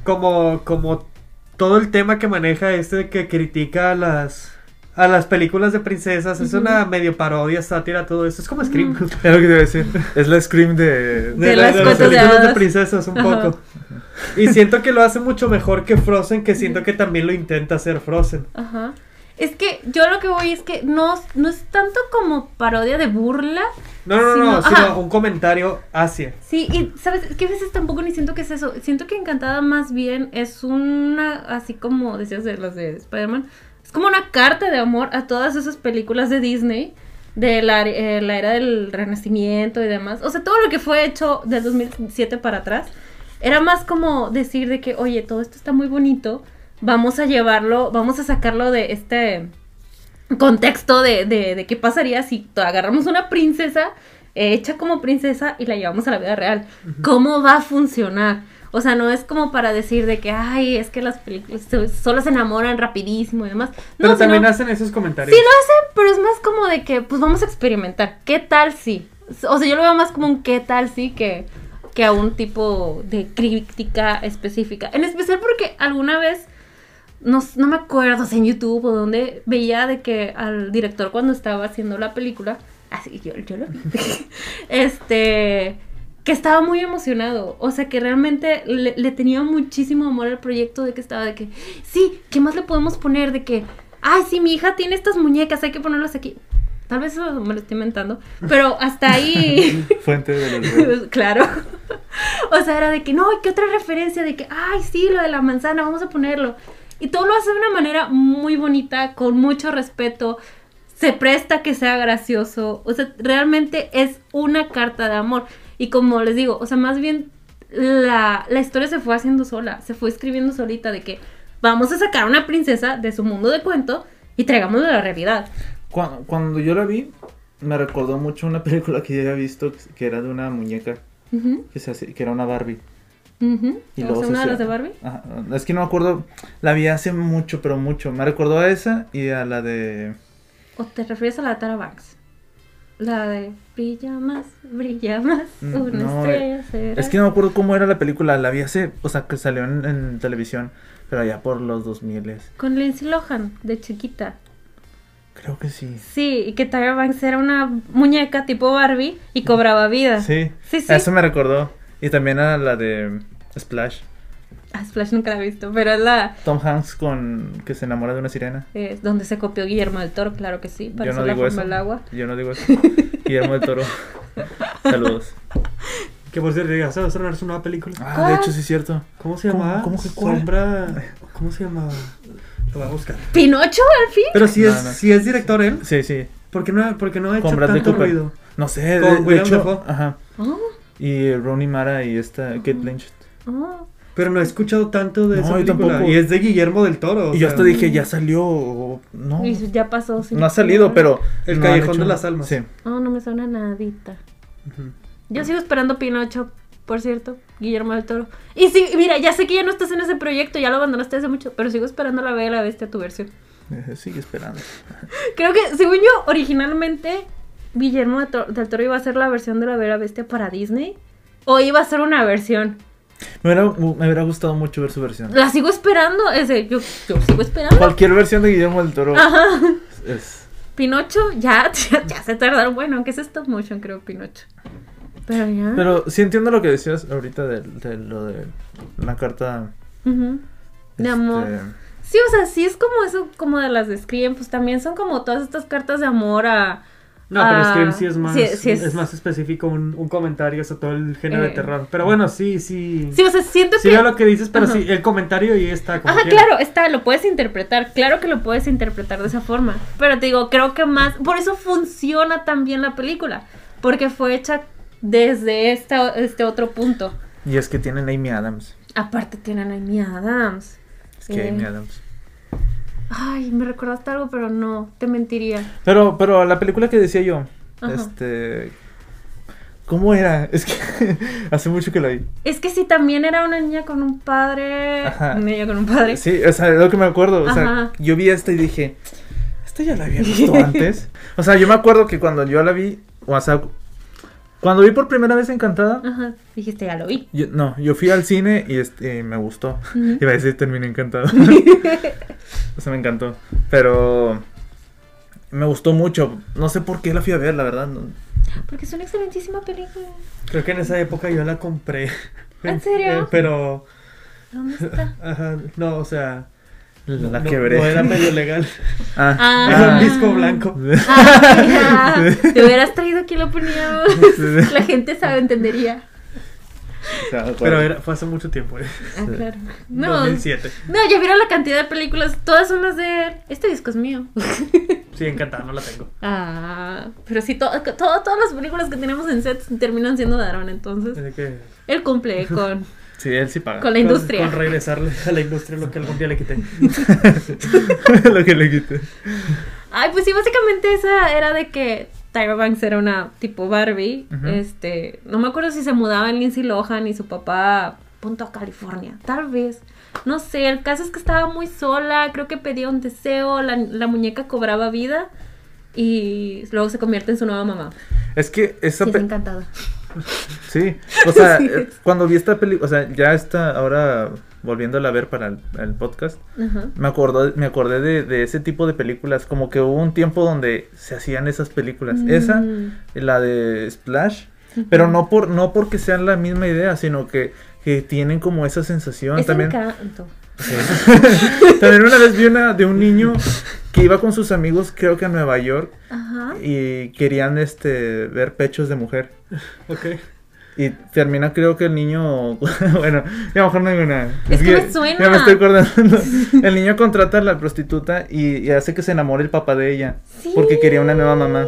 S1: Como, como todo el tema que maneja este de que critica a las. A las películas de princesas es
S2: Ujú.
S1: una medio parodia, sátira, todo eso. Es como Scream.
S3: Es lo que te iba a decir. Es la Scream de.
S2: De las
S1: las
S2: cuentas de
S1: películas de
S2: hadas.
S1: princesas, un
S2: Ajá.
S1: poco. Y siento que lo hace mucho mejor que Frozen, que siento que también lo intenta hacer Frozen.
S2: Ajá. Es que yo lo que voy es que no, no es tanto como parodia de burla.
S1: No, no, no,
S2: Sino-
S1: no, sino
S2: ajá.
S1: un comentario hacia.
S2: Sí, y sabes, es que a veces tampoco ni siento que es eso. Siento que Encantada más bien es una, así como decías de las de Spider-Man, es como una carta de amor a todas esas películas de Disney de la, eh, la era del Renacimiento y demás. O sea, todo lo que fue hecho del 2007 para atrás era más como decir de que, oye, todo esto está muy bonito, vamos a llevarlo, vamos a sacarlo de este contexto de, de, de qué pasaría si to- agarramos una princesa eh, hecha como princesa y la llevamos a la vida real. ¿Cómo va a funcionar? O sea, no es como para decir de que, ay, es que las películas so- solo se enamoran rapidísimo y demás. No,
S1: Pero también
S2: sino-
S1: hacen esos comentarios.
S2: Sí, lo hacen, pero es más como de que, pues vamos a experimentar. ¿Qué tal si? O sea, yo lo veo más como un qué tal si que, que a un tipo de crítica específica. En especial porque alguna vez, no, s- no me acuerdo si en YouTube o donde, veía de que al director cuando estaba haciendo la película, así yo, yo lo vi, este, que estaba muy emocionado. O sea, que realmente le, le tenía muchísimo amor al proyecto de que estaba de que, sí, ¿qué más le podemos poner? De que, ay, sí, mi hija tiene estas muñecas, hay que ponerlas aquí. Tal vez eso me lo estoy inventando, pero hasta ahí...
S3: Fuente de los.
S2: claro. O sea, era de que, no, ¿qué otra referencia? De que, ay, sí, lo de la manzana, vamos a ponerlo. Y todo lo hace de una manera muy bonita, con mucho respeto. Se presta que sea gracioso. O sea, realmente es una carta de amor. Y como les digo, o sea, más bien la, la historia se fue haciendo sola, se fue escribiendo solita de que vamos a sacar a una princesa de su mundo de cuento y traigámosla a la realidad.
S3: Cuando, cuando yo la vi, me recordó mucho una película que yo había visto que era de una muñeca,
S2: Ujú,
S3: que, se hace- que era una Barbie.
S2: ujú.
S3: Y
S2: o
S3: luego
S2: sea,
S3: se
S2: una de
S3: hacía-
S2: las de Barbie.
S3: Ajá, es que no me acuerdo, la vi hace mucho, pero mucho. Me recordó a esa y a la de...
S2: ¿O te refieres a la de Tara Banks? La de brilla más, brilla más,
S3: Mm,
S2: una
S3: no,
S2: estrella será.
S3: Es que no me acuerdo cómo era la película, la vi hace, o sea, que salió en, en televisión, pero allá por los 2000.
S2: Con Lindsay Lohan, de chiquita.
S3: Creo que sí.
S2: Sí, y que Tara Banks era una muñeca tipo Barbie y cobraba vida.
S3: Sí,
S2: Ah. Sí, sí.
S3: a eso me recordó. Y también a la de Splash.
S2: Ah, Splash nunca la he visto, pero es la...
S3: Tom Hanks con que se enamora de una sirena.
S2: eh, donde se copió Guillermo del Toro, claro que sí, para
S3: Yo no
S2: hacer la
S3: digo
S2: forma
S3: eso.
S2: del agua.
S3: Yo no digo eso. Guillermo del Toro. Saludos.
S1: Que por cierto, ya se va a estrenar su nueva película.
S3: Ah,
S2: ¿Cuál?
S3: de hecho sí es cierto.
S1: ¿Cómo se
S3: ¿Cómo-
S1: llamaba?
S3: cómo que cuál?
S1: Sombra. ¿Cómo se llamaba? Lo voy a buscar.
S2: ¿Pinocho, al fin?
S1: Pero si
S3: No,
S1: es,
S3: no.
S1: si es director él,
S3: Sí, sí.
S1: ¿por qué no, por qué no ha hecho
S3: Con Bradley
S1: tanto
S3: Cooper.
S1: ruido?
S3: No sé,
S1: Con
S3: de, de
S1: Willem
S3: hecho,
S1: Dafoe.
S3: ajá.
S2: Oh,
S3: Y Ronnie Mara y esta Kate Blanchett.
S2: oh.
S1: Pero no he escuchado tanto de
S3: No,
S1: esa
S3: yo
S1: película.
S3: tampoco.
S1: Y es de Guillermo del Toro. o
S3: Y yo
S1: sea,
S3: hasta dije, ya salió. o- No,
S2: Y ya pasó. sí.
S3: no ha salido, pero.
S1: El
S3: no han
S1: Callejón
S3: hecho-
S1: de las Almas.
S3: Sí.
S2: Oh, no me suena nadita.
S1: Ujú.
S2: Yo sigo esperando Pinocho, por cierto, Guillermo del Toro. Y sí, mira, ya sé que ya no estás en ese proyecto, ya lo abandonaste hace mucho, pero sigo esperando la Bella y la Bestia tu versión.
S3: Eh, Sigue esperando.
S2: Creo que, según yo, originalmente Guillermo de Tor- del Toro iba a ser la versión de la Bella y la Bestia para Disney. O iba a ser una versión.
S3: Me hubiera, me hubiera gustado mucho ver su versión.
S2: La sigo esperando. Ese, yo, yo sigo esperando.
S3: Cualquier versión de Guillermo del Toro
S2: Ajá.
S3: es.
S2: Pinocho, ya, ya, ya se tardaron. Bueno, aunque es stop motion, creo, Pinocho. Pero ya.
S3: Pero sí entiendo lo que decías ahorita de, de lo de la carta.
S2: Ujú. De amor.
S3: este,
S2: Sí, o sea, sí es como eso, como de las describen, pues también son como todas estas cartas de amor a...
S1: No,
S2: Ah,
S1: pero Scream sí es más,
S2: sí- sí
S1: es...
S2: es-
S1: más específico un, un comentario sobre todo el género de
S2: Eh.
S1: terror. Pero bueno, sí, sí.
S2: Sí, o sea, siento
S1: Sí
S2: que...
S1: veo lo que dices, pero
S2: Ajá.
S1: sí, el comentario y está como
S2: Ajá,
S1: quiera.
S2: claro, está, lo puedes interpretar, claro que lo puedes interpretar de esa forma, pero te digo, creo que más, por eso funciona también la película, porque fue hecha desde esta, este otro punto.
S3: Y es que tienen a Amy Adams.
S2: Aparte tienen a Amy Adams.
S3: Es que
S2: Eh.
S3: Amy Adams.
S2: Ay, me recordaste algo, pero no, te mentiría.
S3: Pero, pero la película que decía yo,
S2: Ajá.
S3: este. ¿Cómo era? Es que hace mucho que la vi.
S2: Es que si también era una niña con un padre,
S3: Ajá.
S2: un niño con un padre.
S3: Sí, o sea, es lo que me acuerdo. O sea,
S2: Ajá.
S3: yo vi esta y dije, esta ya la había visto antes. O sea, yo me acuerdo que cuando yo la vi, o sea, cuando vi por primera vez Encantada,
S2: Ajá, dijiste, ya lo vi.
S3: yo- no, yo fui al cine y este, me gustó.
S2: Ujú.
S3: Iba a decir, terminé encantado. o sea, me encantó. Pero me gustó mucho. No sé por qué la fui a ver, la verdad. no.
S2: Porque es una excelentísima película.
S1: Creo que en esa época yo la compré.
S2: ¿En serio?
S1: Eh, pero,
S2: ¿Dónde está?
S1: ajá, no, o sea.
S3: Pues, La
S1: no,
S3: quebré.
S1: no era medio legal.
S3: Ah,
S2: Ah.
S1: Era un
S3: ah.
S1: disco blanco.
S2: Ah, mira, te hubieras traído aquí lo poníamos. La gente sabe, entendería.
S3: O sea,
S1: Pero era, fue hace mucho tiempo, eh.
S2: Ah,
S3: Sí.
S2: claro. No, no,
S1: 2007.
S2: ya vieron la cantidad de películas, todas son las de él. Este disco es mío.
S1: Sí, encantada, no la tengo.
S2: Ah, pero sí, to- to- todas las películas que tenemos en sets terminan siendo de Aaron, entonces.
S1: Así que,
S2: Él cumple con,
S3: Sí, él sí paga.
S2: con la industria.
S1: Con, con regresarle a la industria lo que algún día le quité.
S3: lo que le quité.
S2: Ay, pues sí, básicamente esa era de que Tyra Banks era una tipo Barbie.
S3: Ujú.
S2: Este, no me acuerdo si se mudaban Lindsay Lohan y su papá punto a California, tal vez. No sé, el caso es que estaba muy sola, creo que pedía un deseo, la, la muñeca cobraba vida y luego se convierte en su nueva mamá.
S3: Es que esa
S2: Sí,
S3: pe-
S2: es encantada.
S3: Sí, o sea,
S2: Sí.
S3: eh, cuando vi esta película, o sea, ya está ahora volviéndola a ver para el, el podcast,
S2: Ajá.
S3: me acordó, me acordé de, de ese tipo de películas, como que hubo un tiempo donde se hacían esas películas, esa,
S2: Mm.
S3: la de Splash, pero no por no porque sean la misma idea, sino que, que tienen como esa sensación
S2: Es
S3: también.
S2: encanto.
S3: Sí. también una vez vi una de un niño que iba con sus amigos, creo que a Nueva York,
S2: Ajá.
S3: y querían este ver pechos de mujer.
S1: Ok.
S3: Y termina creo que el niño, bueno, ya a lo mejor no digo nada.
S2: Es que me suena.
S3: Ya me estoy acordando. El niño contrata a la prostituta y, y hace que se enamore el papá de ella.
S2: Sí.
S3: Porque quería una nueva mamá.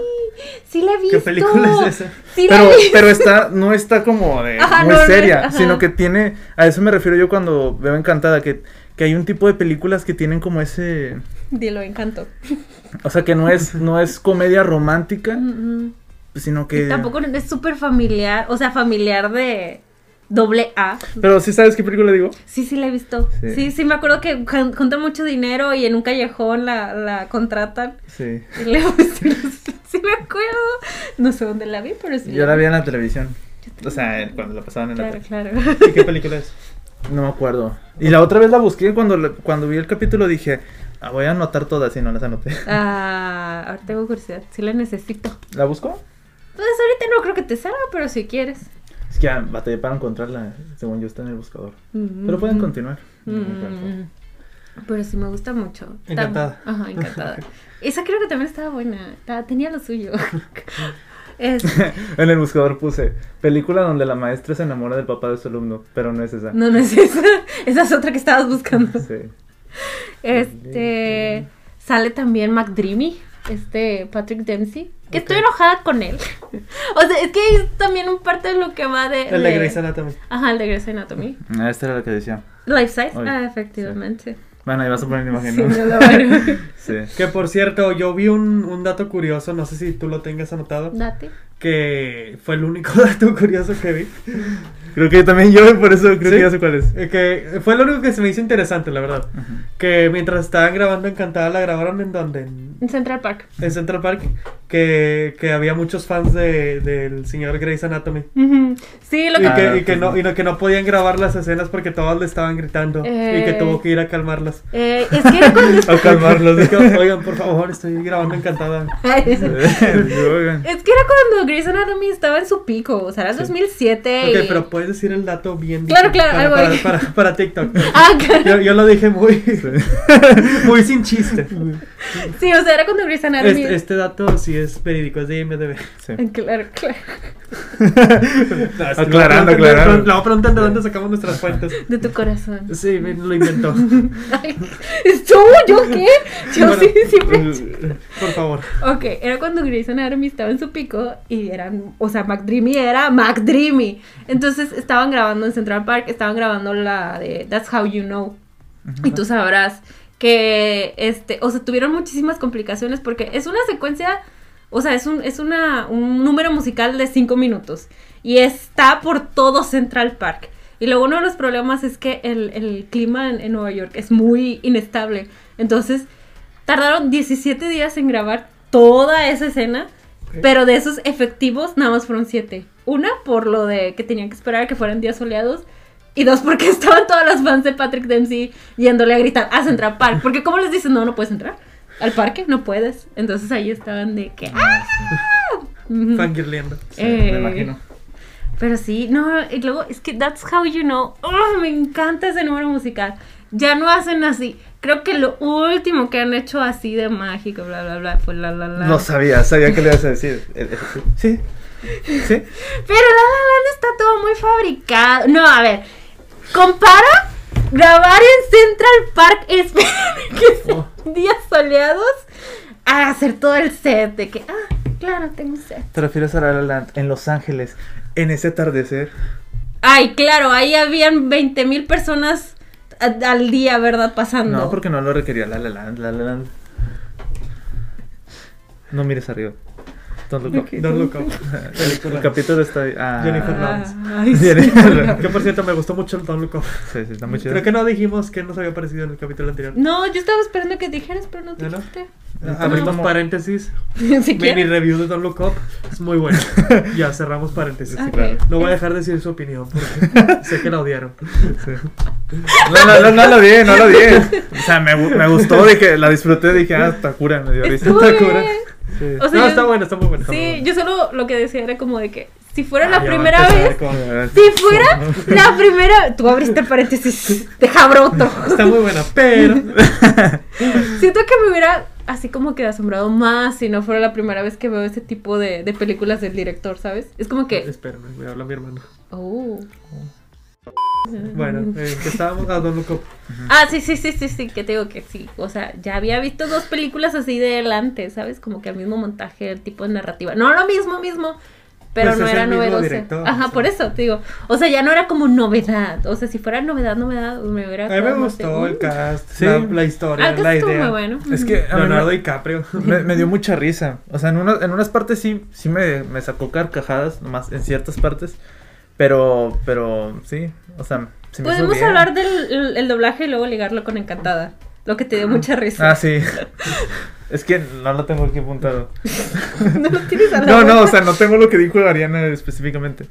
S2: Sí la he visto.
S1: ¿Qué película es esa?
S2: Sí la
S3: Pero,
S2: he visto.
S3: pero está, no está como de
S2: Ajá,
S3: muy
S2: no, no es-
S3: seria,
S2: ajá.
S3: sino que tiene, a eso me refiero yo cuando veo Encantada, que, que hay un tipo de películas que tienen como ese,
S2: Dilo, encanto.
S3: o sea, que no es, no es comedia romántica,
S2: Mm, mm.
S3: sino
S2: Y
S3: que...
S2: tampoco es súper familiar, o sea, familiar de doble A.
S3: Pero sí sabes qué película digo.
S2: Sí, sí, la he visto.
S3: Sí.
S2: Sí, sí, me acuerdo que jun- juntan mucho dinero y en un callejón la, la contratan.
S3: Sí.
S2: Y le sí, sí me acuerdo. No sé dónde la vi, pero sí.
S3: Yo la vi en la televisión. O sea, cuando la pasaban en la
S2: Claro,
S3: tele.
S2: claro.
S1: ¿Y qué película es?
S3: No me acuerdo. Y la otra vez la busqué cuando, la- cuando vi el capítulo dije, "Ah, voy a anotar todas y no las anoté.
S2: Ah, ahora tengo curiosidad. Sí la necesito.
S3: ¿La busco?
S2: Pues ahorita no creo que te salga, pero si quieres.
S3: Es que ah, batallé para encontrarla, según yo está en el buscador.
S2: Mm.
S3: Pero pueden continuar.
S2: Mm. Pero sí me gusta mucho. Tam-
S1: Encantada.
S2: Ajá, encantada. Esa creo que también estaba buena. Ta- Tenía lo suyo. Es-
S3: en el buscador puse, película donde la maestra se enamora del papá de su alumno, pero no es esa.
S2: No, no es esa. Esa es otra que estabas buscando.
S3: Sí.
S2: Este. Sale también McDreamy, este Patrick Dempsey. Que estoy
S1: Ok.
S2: enojada con él. o sea, es que es también un parte de lo que va de.
S1: El de Grey's Anatomy.
S2: Ajá, el de Grey's Anatomy.
S3: Ah, Esta era la que decía.
S2: Life Size.
S3: Oye,
S2: Ah, efectivamente.
S3: Bueno, ahí vas a poner la imagen,
S2: Sí,
S3: ¿no?
S2: no lo veo.
S3: Sí.
S1: Que por cierto, yo vi un, un dato curioso, no sé si tú lo tengas anotado,
S2: Date.
S1: que fue el único dato curioso que vi.
S3: Creo que también yo, por eso creo
S1: ¿Sí?
S3: que ya sé cuál es.
S1: Eh, Que fue lo único que se me hizo interesante, la verdad. Que mientras estaban grabando Encantada, la grabaron en donde? En,
S2: En Central Park.
S1: en Central Park. Que, que había muchos fans de, del señor Grey's Anatomy.
S2: Ujú. Sí, lo
S1: Y
S2: que.
S3: Ah,
S1: que, y que
S3: pues
S1: no,
S3: no.
S1: y no- que no podían grabar las escenas porque todos le estaban gritando. Y que
S2: Eh.
S1: tuvo que ir a calmarlas.
S2: Eh, es que era cuando.
S3: A calmarlos.
S1: Es que, Oigan, por favor, estoy grabando encantada.
S2: es
S3: Oigan.
S2: que era cuando Grey's Anatomy estaba en su pico. O sea, era el 2007.
S1: Ok,
S2: y-
S1: pero puede puedes decir el dato bien.
S2: Claro,
S1: bien,
S2: claro,
S1: para,
S2: algo
S1: para, para- para TikTok.
S2: Ah, claro.
S1: Yo, yo lo dije muy, muy sin chiste.
S2: Sí, o sea, era cuando Grey's Anatomy.
S1: Este, este dato sí es verídico, es de IMDB.
S3: Sí.
S2: Claro, claro.
S1: No, es que
S3: Ah, Aclarando,
S1: luego preguntan de-
S3: aclarando.
S1: Luego preguntan de dónde sacamos nuestras fuentes.
S2: De tu corazón.
S1: Sí, lo inventó.
S2: Ay, ¿Tú? ¿Yo qué? Yo
S1: Bueno, mm,
S2: sí, siempre.
S3: eh,
S1: Por favor.
S2: Ok, era cuando Grey's Anatomy estaba en su pico y eran, o sea, McDreamy era McDreamy. Entonces estaban grabando en Central Park, estaban grabando la de That's How You Know. Y tú sabrás que, este, o sea, tuvieron muchísimas complicaciones porque es una secuencia, o sea, es un, es una, un número musical de cinco minutos y está por todo Central Park. Y luego uno de los problemas es que el, el clima en, en Nueva York es muy inestable. Entonces, tardaron 17 días en grabar toda esa escena,
S1: Ok.
S2: pero de esos efectivos nada más fueron 7. Una por lo de que tenían que esperar a que fueran días soleados. Y dos, porque estaban todas las fans de Patrick Dempsey yéndole a gritar a Central Park. Porque ¿cómo les dicen? No, no puedes entrar al parque, no puedes. Entonces ahí estaban de que... ¡Ah! Ujú.
S1: Fangirleando.
S3: Sí, me
S2: Eh,
S3: imagino.
S2: Pero sí, no, y luego es que That's How You Know. ¡Ah, me encanta ese número musical. Ya no hacen así. Creo que lo último que han hecho así de mágico, bla, bla, bla, fue la, la, la.
S3: No sabía, sabía que le ibas a decir. Eh, eh, Sí. Sí.
S2: Pero La La Land está todo muy fabricado. No, a ver. Compara grabar en Central Park, esperen que
S3: Oh.
S2: sean días soleados, a hacer todo el set de que, ah, claro, tengo set.
S3: Te refieres a La La Land en Los Ángeles, en ese atardecer.
S2: Ay, claro, ahí habían 20 mil personas a- al día, ¿verdad? Pasando.
S3: No, porque no lo requería La La Land, La La Land. No mires arriba. Don't look up.
S1: Don't look up.
S3: El capítulo está ahí. Ah.
S1: Jennifer
S2: Ah,
S1: Lawrence.
S2: ay, sí.
S1: Que por cierto, me gustó mucho el Don't Look Up.
S3: Sí, sí, está muy chido.
S1: Creo que no dijimos que nos había aparecido en el capítulo anterior.
S2: No, yo estaba esperando que dijeras, pero no
S1: ¿No, no?
S2: dijiste.
S1: Abrimos
S3: No.
S1: paréntesis.
S2: Si
S1: Mini
S2: quieres.
S1: review de Don't Look Up. Es muy bueno. Ya cerramos paréntesis.
S2: Ok.
S3: claro.
S1: No voy a dejar de decir su opinión porque sé que la odiaron.
S3: No, no, no, no lo vi, no lo vi. O sea, me, gu- me gustó, dije, la disfruté, dije, ah, está cura, me dio risa.
S2: Estuvo
S1: Está
S2: bien.
S1: cura.
S3: Sí.
S2: O sea,
S1: no,
S2: yo-
S1: está bueno, está muy bueno. está muy
S2: Sí,
S1: bueno.
S2: yo solo lo que decía era como de que si fuera
S1: Ah,
S2: la
S1: ya va a
S2: primera
S1: empezar
S2: vez,
S1: con-
S2: si fuera la primera, tú abriste paréntesis de jabroto.
S1: Está muy buena, pero.
S2: Siento que me hubiera así como que asombrado más si no fuera la primera vez que veo ese tipo de, de películas del director, ¿sabes? Es como que,
S1: Espérame, me habla mi hermano.
S2: oh.
S1: Bueno, eh, que estábamos a Don't Look Up.
S2: Ah, sí, sí, sí, sí, sí, que te digo que sí. O sea, ya había visto dos películas así de él antes, ¿sabes? Como que el mismo montaje, el tipo de narrativa. No, lo mismo, mismo. Pero
S1: Pues
S2: no
S1: es
S2: era
S1: el mismo
S2: novedoso.
S1: director,
S2: Ajá,
S1: sí.
S2: por eso te digo. O sea, ya no era como novedad. O sea, si fuera novedad, novedad, me hubiera.
S1: A mí me
S2: quedado más de,
S1: gustó el
S2: "Mm".
S1: cast,
S3: Sí.
S1: la, la historia,
S2: Ah, el cast
S1: la
S2: estuvo
S1: idea.
S2: muy bueno.
S3: Es que a mí
S1: Leonardo
S3: me-
S1: DiCaprio.
S3: me, me dio mucha risa. O sea, en, una- en unas partes sí, sí me, me sacó carcajadas, nomás en ciertas partes. Pero, pero sí, o sea, se me hizo
S2: Podemos
S3: bien.
S2: hablar del el- el doblaje y luego ligarlo con Encantada. Lo que te dio mucha risa.
S3: Ah, sí. Es que no lo tengo aquí apuntado.
S2: no lo tienes al
S3: No, no, o sea, no tengo lo que dijo Ariana específicamente.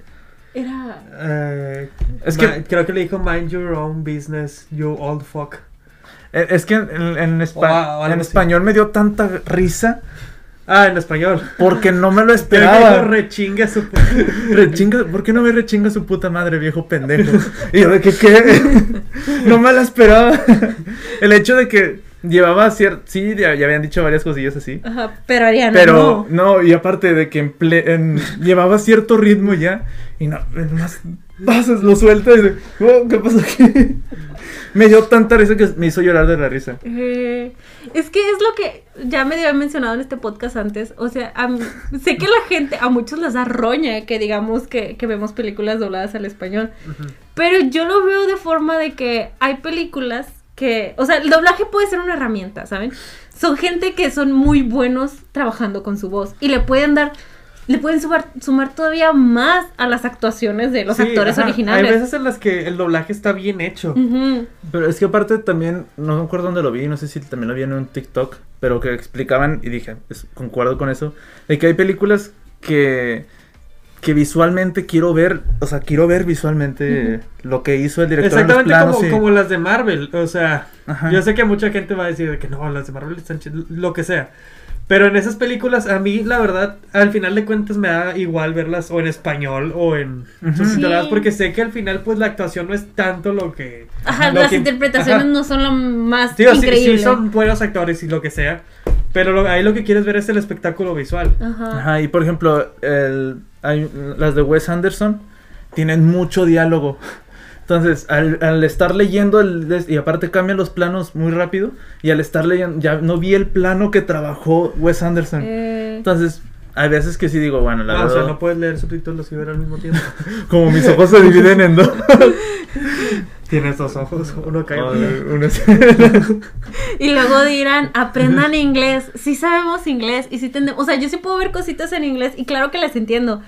S2: Era.
S1: Eh,
S3: Es
S1: ma-
S3: que-
S1: creo que le dijo Mind Your Own Business, You Old Fuck.
S3: Eh, Es que en, en espa-
S1: O- o algo
S3: en
S1: así.
S3: español me dio tanta risa
S1: Ah, en español.
S3: porque no me lo
S1: Pero dijo
S3: esperaba.
S1: rechinga su. pu-
S3: Rechinga, ¿Por qué no me rechinga su puta madre, viejo pendejo? Y yo de que, ¿qué? No me la esperaba. El hecho de que llevaba cierto... Sí, ya, ya habían dicho varias cosillas así.
S2: Ajá, pero Ariana.
S3: Pero,
S2: Ah, no.
S3: no, y aparte de que en ple- en- llevaba cierto ritmo ya. Y no, nomás pasas, lo sueltas. y de, "Oh, ¿Qué pasó aquí? Me dio tanta risa que me hizo llorar de la risa.
S2: Eh, es que es lo que ya me había mencionado en este podcast antes. O sea, a mí- sé que la gente, a muchos les da roña que digamos que, que vemos películas dobladas al español. Pero yo lo veo de forma de que hay películas que, o sea, el doblaje puede ser una herramienta, ¿saben? Son gente que son muy buenos trabajando con su voz y le pueden dar, le pueden sumar, sumar todavía más a las actuaciones de los
S1: Sí,
S2: actores
S1: ajá,
S2: originales. Mm.
S1: Hay veces en las que el doblaje está bien hecho.
S2: Ujú.
S3: Pero es que aparte también, no me acuerdo dónde lo vi, no sé si también lo vi en un TikTok, pero que explicaban y dije, es- concuerdo con eso, de que hay películas que, que visualmente quiero ver, o sea, quiero ver visualmente lo que hizo el director en los
S1: Exactamente
S3: planos
S1: como,
S3: y-
S1: como las de Marvel. O sea,
S3: Ajá.
S1: yo sé que mucha gente va a decir de que no, las de Marvel están chidas, lo que sea. Pero en esas películas, a mí, la verdad, al final de cuentas me da igual verlas o en español o en sus
S3: Ujú.
S2: Sí.
S1: subtituladas, porque sé que al final, pues la actuación no es tanto lo que.
S2: Ajá,
S1: lo
S2: las
S1: que-
S2: interpretaciones
S1: ajá.
S2: no son lo más
S1: Digo, sí, sí,
S2: increíble.
S1: son buenos actores y lo que sea. Pero lo- ahí lo que quieres ver es el espectáculo visual.
S2: Ajá.
S3: Ajá, y por ejemplo, el- hay- las de Wes Anderson tienen mucho diálogo. Entonces, al, al estar leyendo, el, des- y aparte cambian los planos muy rápido, y al estar leyendo, ya no vi el plano que trabajó Wes Anderson.
S2: Eh,
S3: Entonces, hay veces que sí digo, bueno, la
S1: Ah, o
S3: verdad,
S1: sea, no puedes leer subtítulos y ver al mismo tiempo.
S3: como mis ojos se dividen en dos.
S1: Tienes dos ojos, uno cae.
S3: Ay, una-
S2: y luego dirán, aprendan inglés. Sí sabemos inglés y sí tenemos... O sea, yo sí puedo ver cositas en inglés y claro que las entiendo.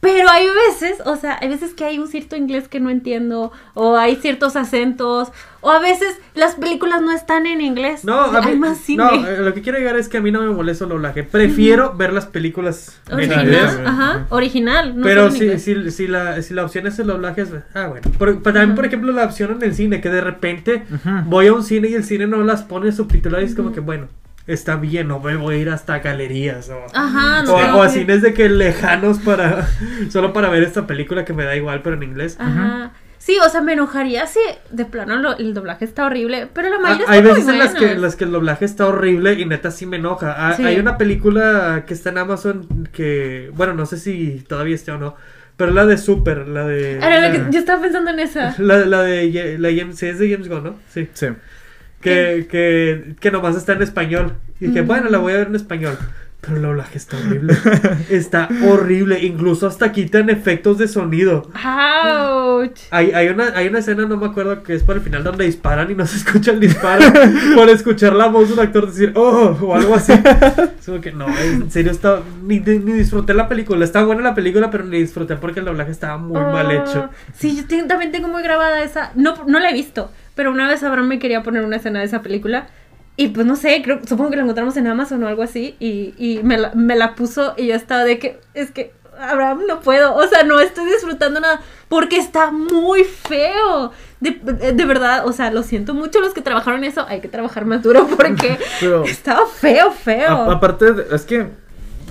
S2: Pero hay veces, o sea, hay veces que hay un cierto inglés que no entiendo, o hay ciertos acentos, o a veces las películas no están en inglés.
S1: No, a
S2: hay
S1: mí-
S2: más cine.
S1: no, eh, lo que quiero llegar es que a mí no me molesta el doblaje. Prefiero ver las películas en
S3: Original.
S1: inglés. eh,
S2: Original, ajá, original. No
S1: Pero
S2: solo en
S1: si,
S2: inglés.
S1: si, si, la, si la opción es el doblaje, es- ah, bueno. Por, pero también, por ejemplo, la opción en el cine, que de repente
S3: Ujú.
S1: voy a un cine y el cine no las pone subtituladas, y es como que, bueno, está bien, no me voy a ir hasta galerías o,
S2: Ajá,
S1: o,
S2: tengo
S1: o a
S2: que-
S1: cines de que lejanos para solo para ver esta película que me da igual, pero en inglés.
S2: Ajá. Sí, o sea, me enojaría si de plano lo- el doblaje está horrible, pero la mayoría
S1: Ah, hay
S2: está muy
S1: veces en las que, en
S2: buena.
S1: las que el doblaje está horrible y neta sí me enoja. Ah,
S2: Sí.
S1: Hay una película que está en Amazon que, bueno, no sé si todavía esté o no, pero la de Super, la de...
S2: Era lo
S1: la-
S2: que yo estaba pensando en esa.
S1: La, la de Ye- la James, sí, es de James Gunn, ¿no? Sí.
S3: Sí.
S1: Que, que, que nomás está en español. Y dije,
S2: Mm.
S1: bueno, la voy a ver en español. Pero el doblaje está horrible. está horrible. Incluso hasta quitan efectos de sonido.
S2: Ouch.
S1: Hay, hay, una, hay una escena, no me acuerdo, que es para el final donde disparan y no se escucha el disparo. por escuchar la voz de un actor decir, oh, o algo así. Es como que no, en serio, está, ni, ni disfruté la película. Está buena la película, pero ni disfruté porque el doblaje estaba muy mal hecho.
S2: Ah, Sí, yo te- también tengo muy grabada esa. No, no la he visto, pero una vez Abraham me quería poner una escena de esa película. Y pues no sé, creo, supongo que la encontramos en Amazon o algo así. Y, y me, la, me la puso y yo estaba de que, es que, Abraham, no puedo. O sea, no estoy disfrutando nada porque está muy feo. De, de verdad, o sea, lo siento mucho los que trabajaron eso. Hay que trabajar más duro porque
S3: Pero-
S2: estaba feo, feo.
S3: A- aparte, de- es que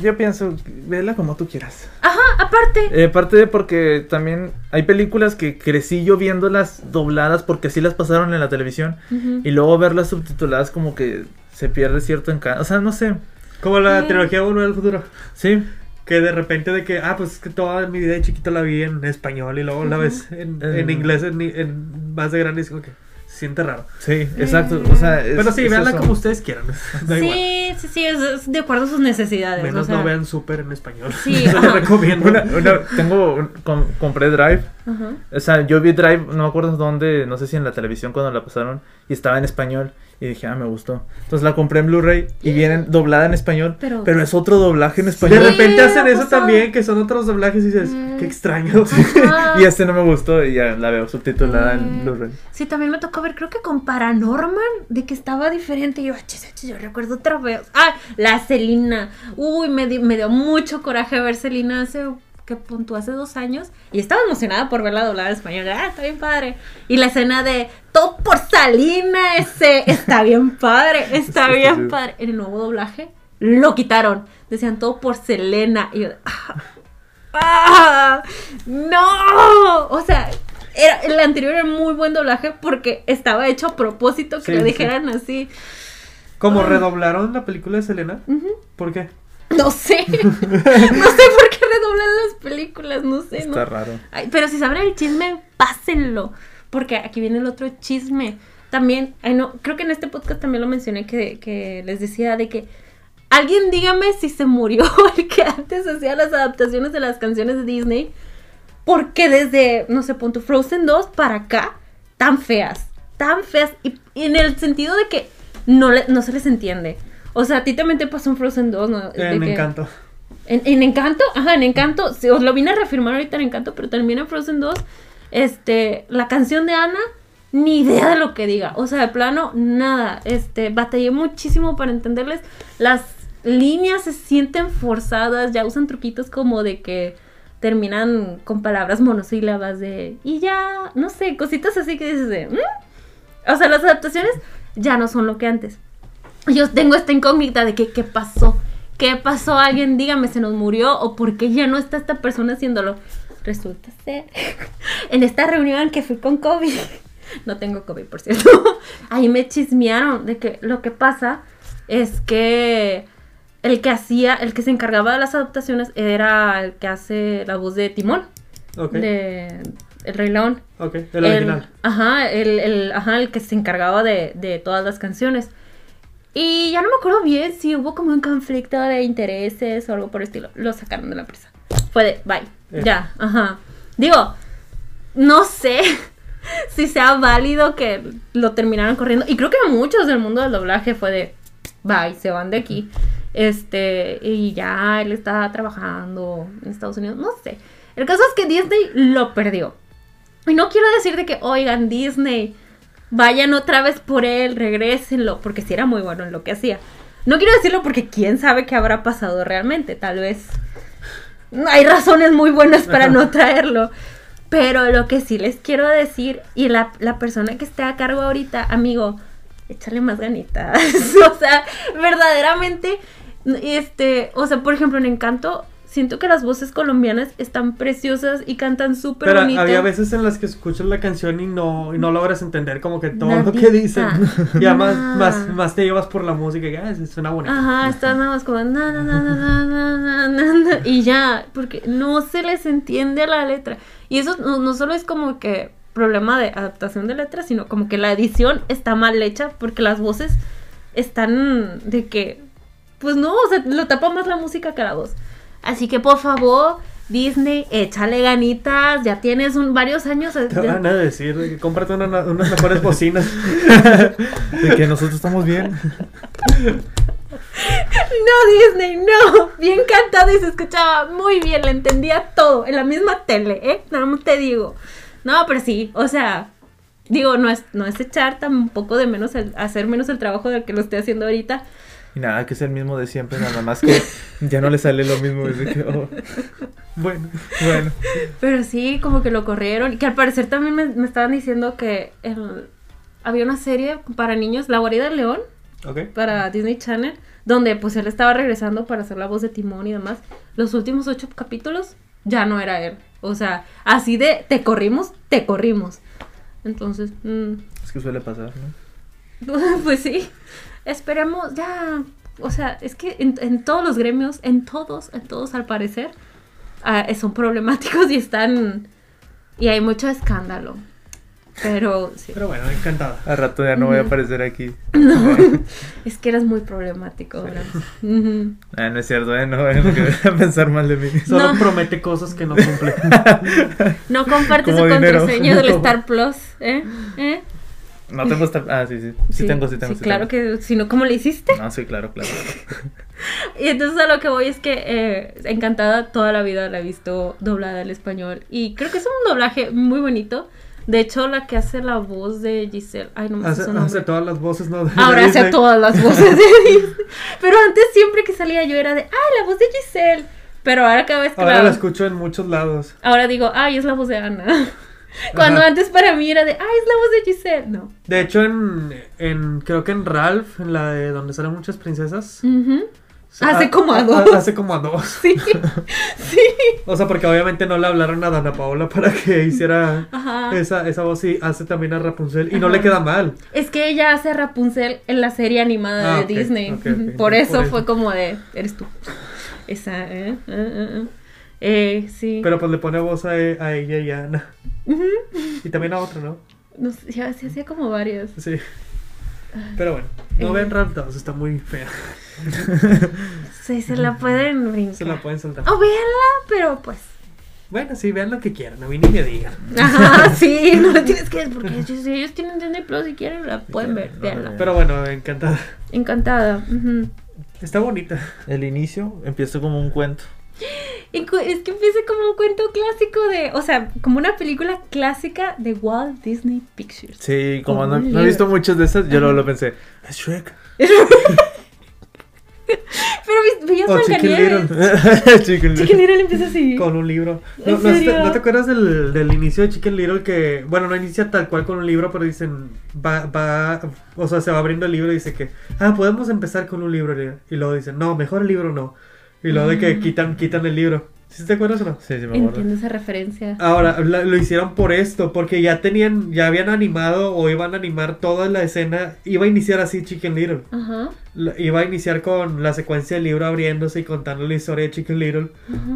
S3: yo pienso, vela como tú quieras.
S2: Ajá, aparte.
S3: Eh, aparte de porque también hay películas que crecí yo viéndolas dobladas porque así las pasaron en la televisión
S2: Ujú.
S3: y luego verlas subtituladas como que se pierde cierto encanto. O sea, no sé.
S1: Como la
S2: Sí.
S1: trilogía 1 del futuro.
S3: Sí,
S1: Que de repente de que, ah, pues es que toda mi vida de chiquito la vi en español y luego la ves en,
S3: Eh.
S1: en inglés, en, en más de grande, y es como que se siente raro.
S3: sí, exacto. O sea,
S2: Eh.
S3: es-
S1: Pero sí,
S3: es
S1: veanla
S3: eso.
S1: como ustedes quieran. Da igual.
S2: Sí, sí, sí, es, es de acuerdo a sus necesidades.
S1: Menos
S2: o sea.
S1: no vean súper en español.
S2: Sí,
S1: Se
S2: ajá.
S1: lo recomiendo.
S3: Una- una- tengo, un- com- compré Drive.
S2: Ajá.
S3: O sea, yo vi Drive, no me acuerdo dónde, no sé si en la televisión cuando la pasaron y estaba en español y dije, ah, me gustó. Entonces la compré en Blu-ray y viene doblada en español,
S2: Pero-
S3: pero, es otro doblaje en
S1: De
S3: español.
S2: Sí,
S1: repente hacen
S2: me ha
S1: eso
S2: pasado.
S1: también, que son otros doblajes y dices,
S2: Mm.
S1: qué extraño.
S2: Ah,
S3: Y este no me gustó y ya la veo subtitulada
S2: Mm.
S3: en Blu-ray.
S2: Sí, también me tocó ver, creo que con Paranorman, de que estaba diferente. Y yo, "Ah, chis, chis, yo recuerdo otra vez. Ah, la Celina. Uy, me, di- me dio mucho coraje ver Celina hace, ¿qué punto? Hace dos años. Y estaba emocionada por verla doblada en español. Ah, está bien padre. Y la escena de, todo por Salina, ese, está bien padre, está
S3: Sí,
S2: bien
S3: sí.
S2: padre. En el nuevo doblaje, lo quitaron. Decían todo por Selena. Y yo, "Ah, ¡Ah! ¡No! O sea, era, el anterior era muy buen doblaje porque estaba hecho a propósito que
S1: Sí,
S2: lo
S1: sí.
S2: dijeran así.
S1: Como redoblaron la película de Selena. ¿Por qué?
S2: No sé. no sé por qué redoblan las películas, no sé.
S3: Está
S2: No.
S3: raro.
S2: Ay, pero si saben el chisme, pásenlo. Porque aquí viene el otro chisme. También, ay, no, creo que en este podcast también lo mencioné que, que les decía de que alguien dígame si se murió el que antes hacía las adaptaciones de las canciones de Disney. Porque desde, no sé, punto Frozen 2 para acá, tan feas, tan feas. Y, y en el sentido de que no, le- no se les entiende. O sea, a ti también te pasó un Frozen 2, ¿no? De
S1: Eh, me
S2: que-
S1: encantó.
S2: en, en Encanto, ajá, en Encanto, sí, os lo vine a reafirmar ahorita en Encanto, pero también en Frozen 2, este, la canción de Ana, ni idea de lo que diga, o sea, de plano, nada, este, batallé muchísimo para entenderles, las líneas se sienten forzadas, ya usan truquitos como de que terminan con palabras monosílabas de, y ya, no sé, cositas así que dices de, "Mm". o sea, las adaptaciones ya no son lo que antes. yo tengo esta incógnita de que qué pasó, qué pasó, alguien dígame, se nos murió o por qué ya no está esta persona haciéndolo. Resulta ser, en esta reunión que fui con Kobe, no tengo Kobe por cierto, ahí me chismearon de que lo que pasa es que el que hacía, el que se encargaba de las adaptaciones era el que hace la voz de Timón,
S1: Ok.
S2: de El Rey León.
S1: Ok, el original.
S2: Ajá, el, el- ajá, el que se encargaba de, de todas las canciones. Y ya no me acuerdo bien si hubo como un conflicto de intereses o algo por el estilo. Lo sacaron de la empresa. Fue de, bye,
S1: Eh.
S2: ya, ajá. Digo, no sé si sea válido que lo terminaron corriendo. Y creo que muchos del mundo del doblaje fue de, bye, se van de aquí. Este, y ya él está trabajando en Estados Unidos, no sé. El caso es que Disney lo perdió. Y no quiero decir de que, oigan, Disney, vayan otra vez por él, regrésenlo, porque si era muy bueno en lo que hacía. No quiero decirlo porque quién sabe qué habrá pasado realmente, tal vez. Hay razones muy buenas para no traerlo. Pero lo que sí les quiero decir, y la, la persona que está a cargo ahorita, amigo, échale más ganitas. o sea, verdaderamente, este, o sea, por ejemplo, en Encanto, siento que las voces colombianas están preciosas y cantan súper
S1: Pero
S2: bonito.
S1: había veces en las que escuchas la canción y no, y no logras entender como que todo lo
S2: Nadita. Ah.
S1: que dicen. Y además
S2: Nah.
S1: más, más te llevas por la música y ah, suena bonito.
S2: Ajá, están nada más como na, na, na, na, na, na, na, na, na, y ya, porque no se les entiende la letra. Y eso no, no solo es como que problema de adaptación de letras, sino como que la edición está mal hecha porque las voces están de que, pues no, o sea, lo tapa más la música que la voz. Así que por favor, Disney, échale ganitas, ya tienes un, varios años.
S1: Te van a decir de que cómprate una- unas mejores bocinas.
S3: De que nosotros estamos bien.
S2: No, Disney, no. Bien cantado y se escuchaba muy bien, le entendía todo, en la misma tele, ¿eh? Nada más te digo. No, pero sí, o sea, digo, no es, no es echar tampoco de menos, el- hacer menos el trabajo del que lo estoy haciendo ahorita.
S3: Y nada, que es el mismo de siempre, nada más que ya no le sale lo mismo. Es de que, oh,
S1: bueno,
S3: bueno.
S2: Pero sí, como que lo corrieron. y Que al parecer también me, me estaban diciendo que el- había una serie para niños, La Guarida del León,
S1: ok.
S2: para Disney Channel, donde pues él estaba regresando para hacer la voz de Timón y demás. Los últimos ocho capítulos ya no era él. O sea, así de te corrimos, te corrimos. Entonces, mm,
S3: Es que suele pasar, ¿no?
S2: pues sí, esperemos ya. O sea, es que en, en todos los gremios, en todos, en todos al parecer, ah, eh, son problemáticos y están... Y hay mucho escándalo. Pero sí.
S1: Pero bueno, encantada.
S3: Al rato ya no voy a
S2: Ujú.
S3: aparecer aquí.
S2: Es que eres muy problemático, ¿verdad? Ujú.
S3: Ah, no es cierto, ¿eh? No vayan a querer pensar mal de mí.
S1: Solo
S2: No.
S1: promete cosas que no cumple.
S2: No comparte
S3: Como
S2: su
S3: dinero.
S2: contraseña del
S1: No.
S2: Star Plus, ¿eh? ¿Eh?
S3: No tengo esta... Ah, sí, sí. Sí, tengo, sí tengo.
S2: Sí, claro que, si no, ¿cómo le hiciste?
S3: No, sí, claro, claro.
S2: Y entonces a lo que voy es que eh, encantada toda la vida la he visto doblada al español. Y creo que es un doblaje muy bonito. De hecho, la que hace la voz de Giselle. Ay, no me sé
S1: Hace,
S2: su
S1: hace
S2: nombre.
S1: todas las voces, ¿no? De
S2: Ahora hace
S1: Disney.
S2: todas las voces de Disney. Pero antes siempre que salía yo era de, ay, la voz de Giselle. Pero ahora cada vez que
S1: Ahora
S2: la-
S1: la escucho en muchos lados.
S2: ahora digo, ay, es la voz de Ana. Cuando
S1: Ajá.
S2: antes para mí era de, ay, es la voz de Giselle. No.
S1: De hecho, en, en creo que en Ralph, en la de donde salen muchas princesas.
S2: Ujú.
S1: se-
S2: Mm. Hace como a dos.
S1: hace como a dos.
S2: Sí, sí.
S1: O sea, porque obviamente no le hablaron a Dana Paola para que hiciera
S2: Ajá. Es...
S1: esa, esa voz y hace también a Rapunzel. Y no
S2: Ajá.
S1: le queda mal.
S2: que ella hace a Rapunzel en la serie animada
S1: Ah,
S2: de
S1: ok,
S2: Disney.
S1: ok, ok.
S2: Por eso
S1: Por eso.
S2: fue como de, eres tú. Esa, eh, eh, eh, eh. Eh, sí.
S1: Pero pues le pone voz a, a ella y a Ana.
S2: Ujú.
S1: Y también a otra, ¿no?
S2: No sé, ya se hacía como varias.
S1: Sí. Pero bueno, no
S2: Eh.
S1: vean Ralph 2, está muy fea.
S2: Sí, se la pueden brincar.
S1: Se la pueden saltar.
S2: O véanla, pero pues.
S1: Bueno, sí, vean lo que quieran. A mí ni me digan.
S2: Ajá, sí, no la tienes que ver porque si ellos tienen Disney Plus y quieren la pueden ver,
S3: No, no,
S2: véanla.
S3: no.
S1: Pero bueno, encantada.
S2: Encantada. ujú.
S1: Está bonita.
S3: El inicio empieza como un cuento.
S2: Y cu- Es que empieza como un cuento clásico de, o sea, como una película clásica de Walt Disney Pictures.
S3: Sí, como
S2: Como
S3: no,
S2: un
S3: no he
S2: libro.
S3: visto muchas de esas, yo luego lo pensé. Es Shrek.
S2: Pero Pero vi- veías
S1: O Oh, Chicken
S2: Blancanieves.
S1: Little.
S3: Oh, Chicken
S2: Chicken
S3: Little.
S2: Little empieza así.
S1: Con un libro.
S2: ¿En
S1: No, no, te-
S2: serio?
S1: ¿no te acuerdas del, del inicio de Chicken Little que, bueno, no inicia tal cual con un libro, pero dicen, va, va, o sea, se va abriendo el libro y dice que, ah, podemos empezar con un libro. Y luego dicen, no, mejor el libro no. Y luego de
S2: Mm.
S1: que quitan, quitan el libro. ¿Sí te acuerdas o no?
S3: Sí, sí, me acuerdo.
S2: Entiendo esa referencia.
S1: Ahora, la- lo hicieron por esto, porque ya tenían, ya habían animado o iban a animar toda la escena. Iba a iniciar así Chicken Little.
S2: Ajá.
S1: La- Iba a iniciar con la secuencia del libro abriéndose y contando la historia de Chicken Little.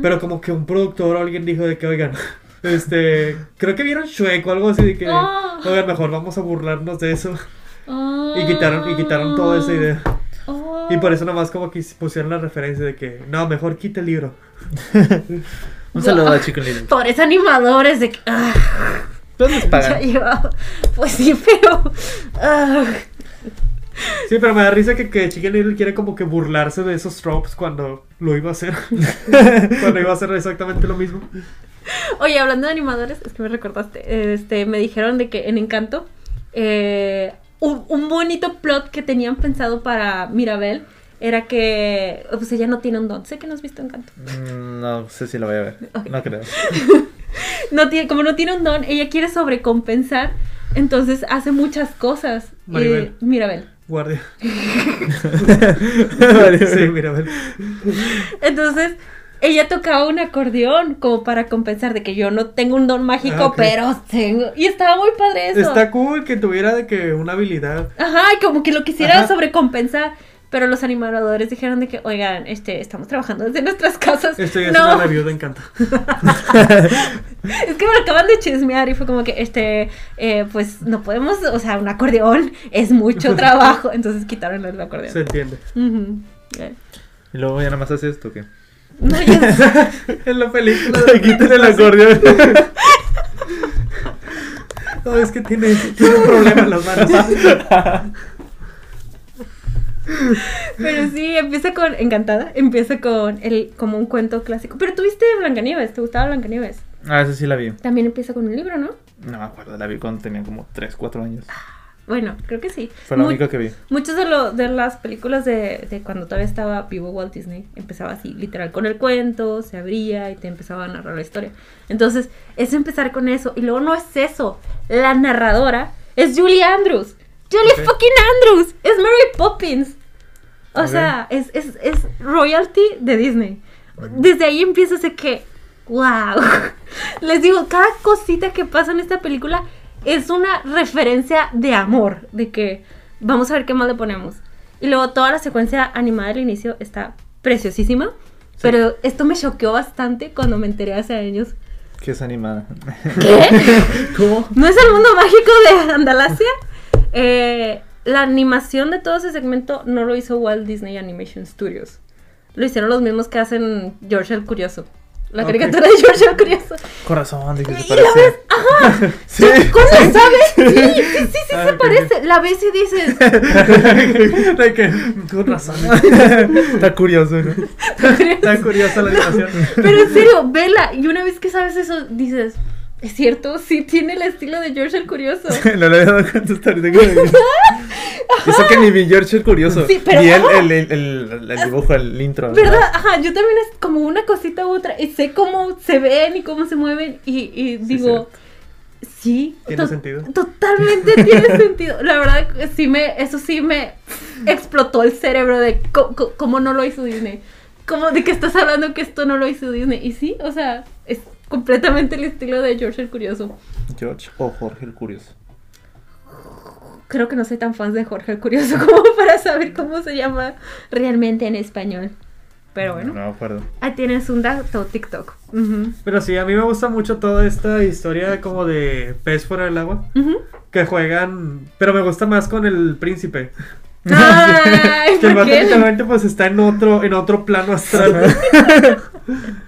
S1: Pero como que un productor o alguien dijo de que, oigan, este, creo que vieron Shrek o algo así de que,
S2: Ah.
S1: oigan, mejor vamos a burlarnos de eso.
S2: Ah.
S1: Y quitaron, y quitaron toda esa idea.
S2: Ah.
S1: Y por eso nomás como que pusieron la referencia de que, no, mejor quita el libro.
S3: Un saludo a Chicken Little.
S2: Pobres animadores de que. ah,
S3: ¿Dónde les
S2: ya
S3: pagan?
S2: llevaba- Pues sí, pero. ah,
S1: Sí, pero me da risa que, que Chicken Little quiere como que burlarse de esos tropes cuando lo iba a hacer. cuando iba a hacer exactamente lo mismo.
S2: Oye, hablando de animadores, es que me recordaste. Este, me dijeron de que en Encanto. eh, un, un bonito plot que tenían pensado para Mirabel era que. Pues ella no tiene un don. Sé que no has visto Encanto.
S3: Mm, No sé si lo voy a ver. No creo.
S2: no tiene, como no tiene un don, ella quiere sobrecompensar, entonces hace muchas cosas.
S1: Maribel.
S2: Eh, Mirabel.
S1: Guardia. sí,
S3: Vale.
S1: mira, a ver.
S2: Entonces, ella tocaba un acordeón como para compensar de que yo no tengo un don mágico,
S1: Ah, ok.
S2: pero tengo. Y estaba muy padre eso.
S1: Está cool que tuviera de que una habilidad.
S2: Ajá, y como que lo quisiera
S1: Ajá.
S2: sobrecompensar. Pero los animadores dijeron de que, oigan, este, estamos trabajando desde nuestras casas.
S1: Esto ya es
S2: no,
S1: una review de encanto.
S2: es que me lo acaban de chismear y fue como que, este, eh, pues no podemos, o sea, un acordeón es mucho trabajo. Entonces quitaron el acordeón.
S1: Se entiende.
S2: Ujú. Eh,
S3: Y luego ya nada más hace esto, ¿qué?
S2: No, ya sé.
S1: en la película.
S3: Le quitan el acordeón.
S1: No, es que tiene, tiene un problema en las manos.
S2: pero sí, empieza con Encantada, empieza con el como un cuento clásico. Pero tuviste Blancanieves, ¿te gustaba Blancanieves?
S3: Ah, esa sí la vi.
S2: También empieza con un libro, ¿no?
S3: No me acuerdo, la vi cuando tenía como 3, 4 años.
S2: Bueno, creo que sí.
S3: Fue la
S2: Mu-
S3: única que vi.
S2: Muchas de, lo, de las películas de, de cuando todavía estaba vivo Walt Disney empezaba así, literal, con el cuento, se abría y te empezaba a narrar la historia. Entonces, es empezar con eso. Y luego no es eso. La narradora es Julie Andrews. Julie
S1: Ok.
S2: fucking Andrews. Es Mary Poppins. O
S3: Ok.
S2: sea, es, es, es royalty de Disney. Desde ahí empieza ese que, wow. Les digo, cada cosita que pasa en esta película es una referencia de amor, de que vamos a ver qué más le ponemos. Y luego toda la secuencia animada del inicio está preciosísima, pero esto me choqueó bastante cuando me enteré hace años.
S3: Que es animada.
S2: ¿Qué?
S3: ¿Cómo?
S2: ¿No es el mundo mágico de Andalasia? Eh, la animación de todo ese segmento no lo hizo Walt Disney Animation Studios. Lo hicieron los mismos que hacen George el Curioso. La
S1: Ok.
S2: caricatura de George el Curioso.
S3: Corazón, dije,
S2: ¿Y
S3: se
S2: la
S3: parece.
S2: ves? Ajá.
S3: Sí.
S2: ¿Cómo sabes? Sí, sí, sí, sí,
S1: Ah,
S2: se
S1: ok,
S2: parece. La ves y dices,
S1: de que, con razón.
S3: Está curioso, ¿no?
S1: Está curiosa la animación.
S2: Pero en serio, vela. Y una vez que sabes eso, dices, es cierto, sí tiene el estilo de George el Curioso.
S3: No le había dado cuenta hasta ahorita que lo vi. Eso que ni vi George el curioso.
S2: Sí, pero-
S3: Y él, el, el, el, el dibujo, el intro.
S2: ¿Verdad? Ajá, yo también es como una cosita u otra y sé cómo se ven y cómo se mueven y, y digo, sí,
S1: Tiene
S2: to-
S1: sentido.
S2: Totalmente tiene sentido. La verdad, sí me, eso sí me explotó el cerebro de co- co- cómo no lo hizo Disney. Como de que estás hablando que esto no lo hizo Disney. Y sí, o sea, es completamente el estilo de George el Curioso.
S3: George o Jorge el curioso.
S2: Creo que no soy tan fan de Jorge el Curioso como para saber cómo se llama realmente en español. Pero bueno.
S3: No me acuerdo.
S2: Ahí tienes un dato TikTok. Ujú.
S1: Pero sí, a mí me gusta mucho toda esta historia como de pez fuera del agua.
S2: Ujú.
S1: Que juegan. Pero me gusta más con el príncipe.
S2: Ay,
S1: Que el
S2: ¿por
S1: vato
S2: qué?
S1: literalmente, pues está en otro, en otro plano astral.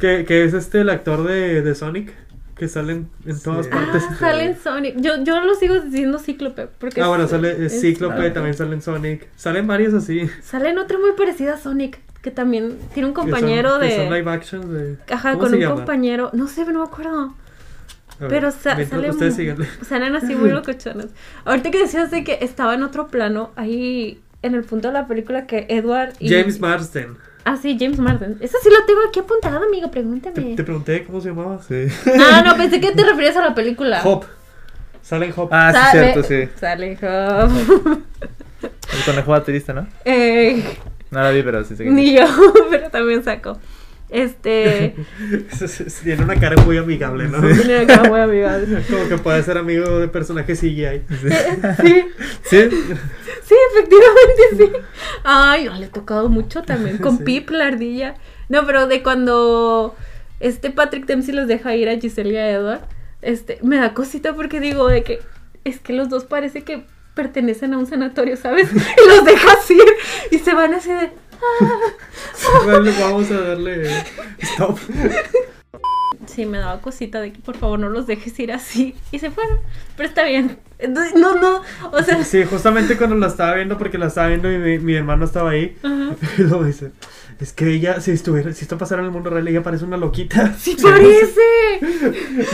S1: que, que es este el actor de, de Sonic. Que sale en, en todas
S3: Sí.
S1: partes.
S2: Ah, sale en Sonic. Yo, yo lo sigo diciendo Cíclope. Porque
S1: Ah, bueno,
S2: es-
S1: sale eh,
S2: es-
S1: Cíclope,
S3: claro.
S1: también sale en Sonic. Salen varios así.
S2: Sale en otra muy parecida a Sonic, que también tiene un compañero
S1: que son, Que son
S2: de...
S1: live action de.
S2: Ajá,
S1: ¿cómo
S2: con
S1: se
S2: un
S1: llama?
S2: compañero. No sé, no me acuerdo.
S1: A ver,
S2: Pero sa-
S1: mientras
S2: sale
S1: Ustedes
S2: muy-
S1: síganle.
S2: salen así muy locochonas. Ahorita que decías de que estaba en otro plano, ahí en el punto de la película que Edward y...
S1: James Marsden.
S2: Ah, sí, James Marsden. Eso sí lo tengo aquí apuntado, amigo, pregúntame.
S1: Te, te pregunté cómo se llamaba.
S3: Sí.
S2: Ah, no, pensé que te referías a la película.
S1: Hop. Salen Hop.
S3: Ah, sí,
S2: Sale-
S3: cierto, sí.
S2: Sale Hop.
S3: El conejo baterista, ¿no?
S2: Eh,
S3: No la vi, pero sí sé quién es.
S2: ni yo, pero también saco. Este.
S1: Tiene una cara muy amigable, ¿no?
S2: Tiene acá muy amigable.
S1: Como que puede ser amigo de personajes CGI.
S2: Eh, Sí,
S3: Sí,
S2: sí, efectivamente sí. Ay, no, le he tocado mucho también. Con
S1: Sí.
S2: Pip, la ardilla. No, pero de cuando este Patrick Dempsey los deja ir a Giselle y a Edward, este, me da cosita porque digo de que es que los dos parece que pertenecen a un sanatorio, ¿sabes? Y los dejas ir y se van así de.
S1: Bueno, Vamos a darle stop.
S2: Sí, me daba cosita de que por favor no los dejes ir así. Y se fueron. Pero está bien. Entonces, no, no. O sea.
S1: Sí, justamente cuando la estaba viendo, porque la estaba viendo y mi, mi hermano estaba ahí,
S2: ajá.
S1: y luego me dice, es que ella, si estuviera, si esto pasara en el mundo real, ella parece una loquita.
S2: Sí, parece.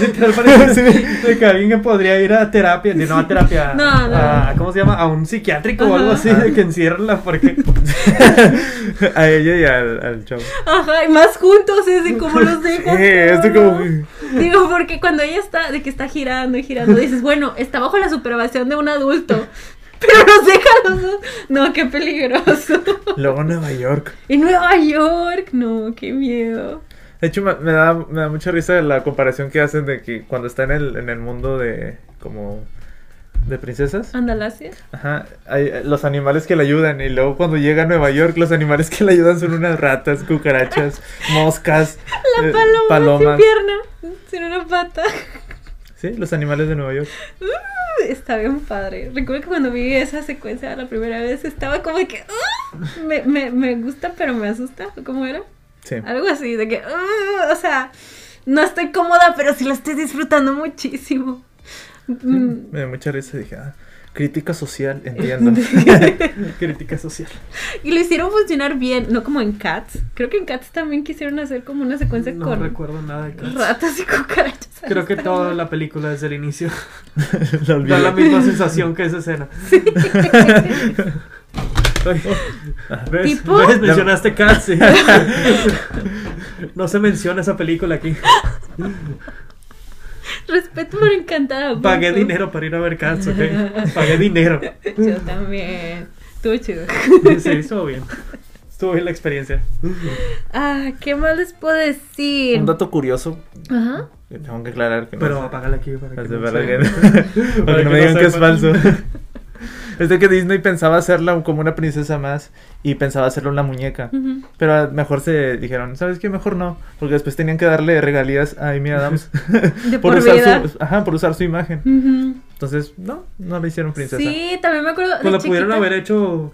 S1: Literal parece de que alguien que podría ir a terapia, de no a terapia,
S2: No, no.
S1: a, ¿cómo se llama? A un psiquiátrico o algo
S2: Ajá.
S1: así, de que enciérrenla porque...
S3: a ella y al, al chavo.
S2: Ajá, y más juntos, es de cómo los dejas.
S3: Eh, esto
S2: solos.
S3: como-
S2: Digo, porque cuando ella está, de que está girando y girando, dices, bueno, está bajo la supervisión de un adulto. Pero los deja a los dos. No, qué peligroso.
S3: Luego Nueva York.
S2: En Nueva York. No, qué miedo.
S3: De hecho, me, me da, me da mucha risa la comparación que hacen de que cuando está en el, en el mundo de como de princesas,
S2: Andalasia.
S3: ajá, hay- eh, los animales que le ayudan y luego cuando llega a Nueva York, los animales que le ayudan son unas ratas, cucarachas, moscas, eh,
S2: La paloma
S3: palomas.
S2: sin pierna, sin una pata.
S3: Sí, los animales de Nueva York.
S2: Uh, Está bien padre. Recuerdo que cuando vi esa secuencia la primera vez estaba como de que uh, me, me, me gusta pero me asusta. ¿o ¿Cómo era?
S3: Sí.
S2: Algo así, de que, uh, o sea, no estoy cómoda pero sí la estoy disfrutando muchísimo. Mm,
S3: Me da mucha risa dije, ah, crítica social, entiendo.
S1: Crítica social.
S2: Y lo hicieron funcionar bien, no como en Cats. Creo que en Cats también quisieron hacer como una secuencia
S1: No
S2: con
S1: recuerdo nada de Cats.
S2: ratas y cucarachas.
S1: Creo que
S2: Está
S1: toda
S2: bien.
S1: la película desde el inicio
S3: La
S1: da la
S3: olvidé.
S1: misma sensación que esa escena. Ay, ¿Ves?
S2: ¿Tipo?
S1: ¿Ves? Mencionaste Cats. sí. No se menciona esa película aquí.
S2: Respeto por encantada.
S1: Pagué
S2: punto.
S1: dinero para ir a ver Cats, ¿ok? Pagué dinero.
S2: Yo también. Estuvo chido.
S1: Sí, estuvo bien. Estuvo bien la experiencia.
S2: Ah, ¿qué más les puedo decir?
S3: Un dato curioso,
S2: Ajá.
S3: que tengo que aclarar que no
S1: Pero
S3: sé.
S1: apágala aquí para que
S3: Para
S1: no
S3: para
S1: se-
S3: que, para
S1: Para
S3: que no
S1: que
S3: me digan
S1: no
S3: que es
S1: sepan.
S3: falso. Es de que Disney pensaba hacerla un- como una princesa más y pensaba hacerla una muñeca.
S2: Ujú.
S3: Pero a- mejor se dijeron, ¿sabes qué? Mejor no. Porque después tenían que darle regalías a Amy Adams
S2: De por,
S3: por, usar
S2: vida.
S3: su, ajá, por usar su imagen.
S2: Ujú.
S3: Entonces, no, no la hicieron princesa.
S2: Sí, también me acuerdo.
S1: Pues
S2: de
S1: la pudieron
S2: chiquita.
S1: haber hecho.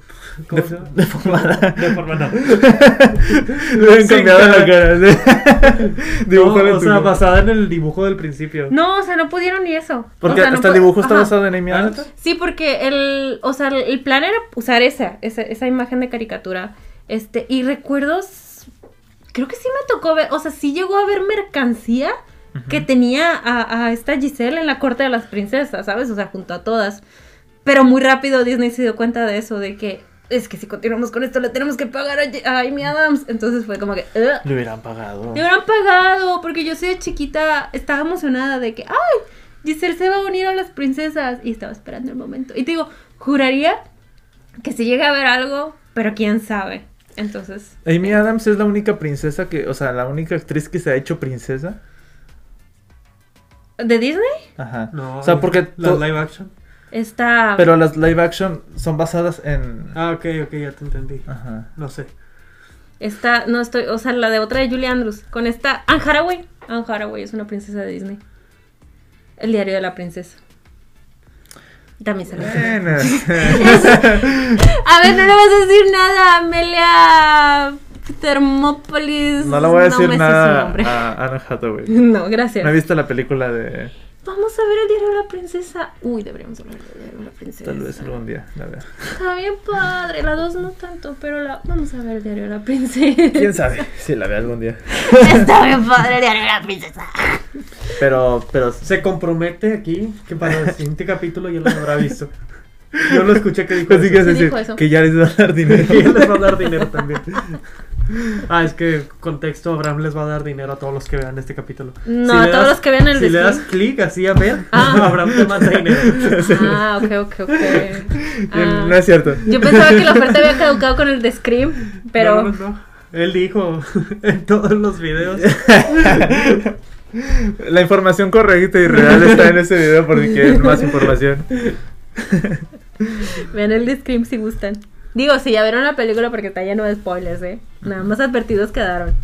S1: ¿Cómo se llama?
S3: Deformada.
S1: De forma no.
S3: Le hubieran
S1: Sin
S3: cambiado la
S1: cara.
S3: cara. sí. Dibújale
S1: No, o
S3: tu
S1: sea,
S3: cara.
S1: basada en el dibujo del principio.
S2: No, o sea, no pudieron ni eso.
S3: Porque
S2: O sea, no
S3: hasta el
S2: pu-
S3: dibujo está
S2: Ajá.
S3: basado en Amy
S1: ¿Ah,
S3: Adams.
S1: neta?
S2: Sí, porque el, o sea, el plan era usar esa, esa, esa imagen de caricatura. Este, y recuerdos, creo que sí me tocó ver, o sea, sí llegó a ver mercancía que tenía a, a esta Giselle en la corte de las princesas, ¿sabes? O sea, junto a todas. Pero muy rápido Disney se dio cuenta de eso, de que es que si continuamos con esto le tenemos que pagar a, Gi- a Amy Adams. Entonces fue como que... "Ugh".
S3: Le hubieran pagado.
S2: Me hubieran pagado, porque yo soy de chiquita, estaba emocionada de que, ay, Giselle se va a unir a las princesas. Y estaba esperando el momento. Y te digo, juraría que si llega a ver algo, pero quién sabe. Entonces,
S3: Amy Adams es la única princesa que, o sea, la única actriz que se ha hecho princesa.
S2: ¿de Disney?
S3: Ajá.
S1: No.
S3: o sea, porque
S1: La
S3: to-
S1: live action.
S2: Está...
S3: pero las live action son basadas en
S1: Ah, ok, ok, ya te entendí.
S3: Ajá.
S1: No sé.
S2: Está, no estoy, o sea, la de otra de Julie Andrews, con esta Anne Haraway. Anne Haraway es una princesa de Disney. El diario de la princesa. También se la
S3: Bueno.
S2: A ver, no le vas a decir nada, Amelia Thermópolis.
S3: no le voy a decir
S2: me sé su
S3: nada Ah.
S2: nombre.
S3: a Anna Hathaway.
S2: No, gracias.
S3: No he visto la película de
S2: Vamos a ver el diario de la princesa. Uy, deberíamos hablar del diario de la princesa.
S3: tal vez algún día, la verdad.
S2: Está bien padre. La dos no tanto, pero la. Vamos a ver el diario de la princesa.
S3: ¿Quién sabe? Sí, la veo algún día.
S2: Está bien padre el diario de la princesa.
S3: Pero pero
S1: Se compromete aquí que para el siguiente capítulo ya lo habrá visto. Yo lo escuché que dijo.
S3: Así pues que
S1: eso.
S3: es
S2: Sí
S3: decir,
S2: dijo eso.
S3: que ya les va a dar dinero.
S1: Y les va a dar dinero también. Ah, es que contexto, Abraham les va a dar dinero a todos los que vean este capítulo.
S2: No, a
S1: le
S2: todos los que vean el
S1: Si le
S2: de
S1: das
S2: Slim.
S1: clic así a ver,
S2: Ah.
S1: Abraham te manda dinero.
S2: Ah, ok, ok, ok. Ah.
S3: No es cierto.
S2: Yo pensaba que la oferta había caducado con el de Scream, pero
S1: No, no, no. Él dijo en todos los videos.
S3: La información correcta y real está en ese video por si quieren más información.
S2: vean el de Scream si gustan. Digo, si ya vieron la película porque está lleno de spoilers, ¿eh? Nada más advertidos quedaron.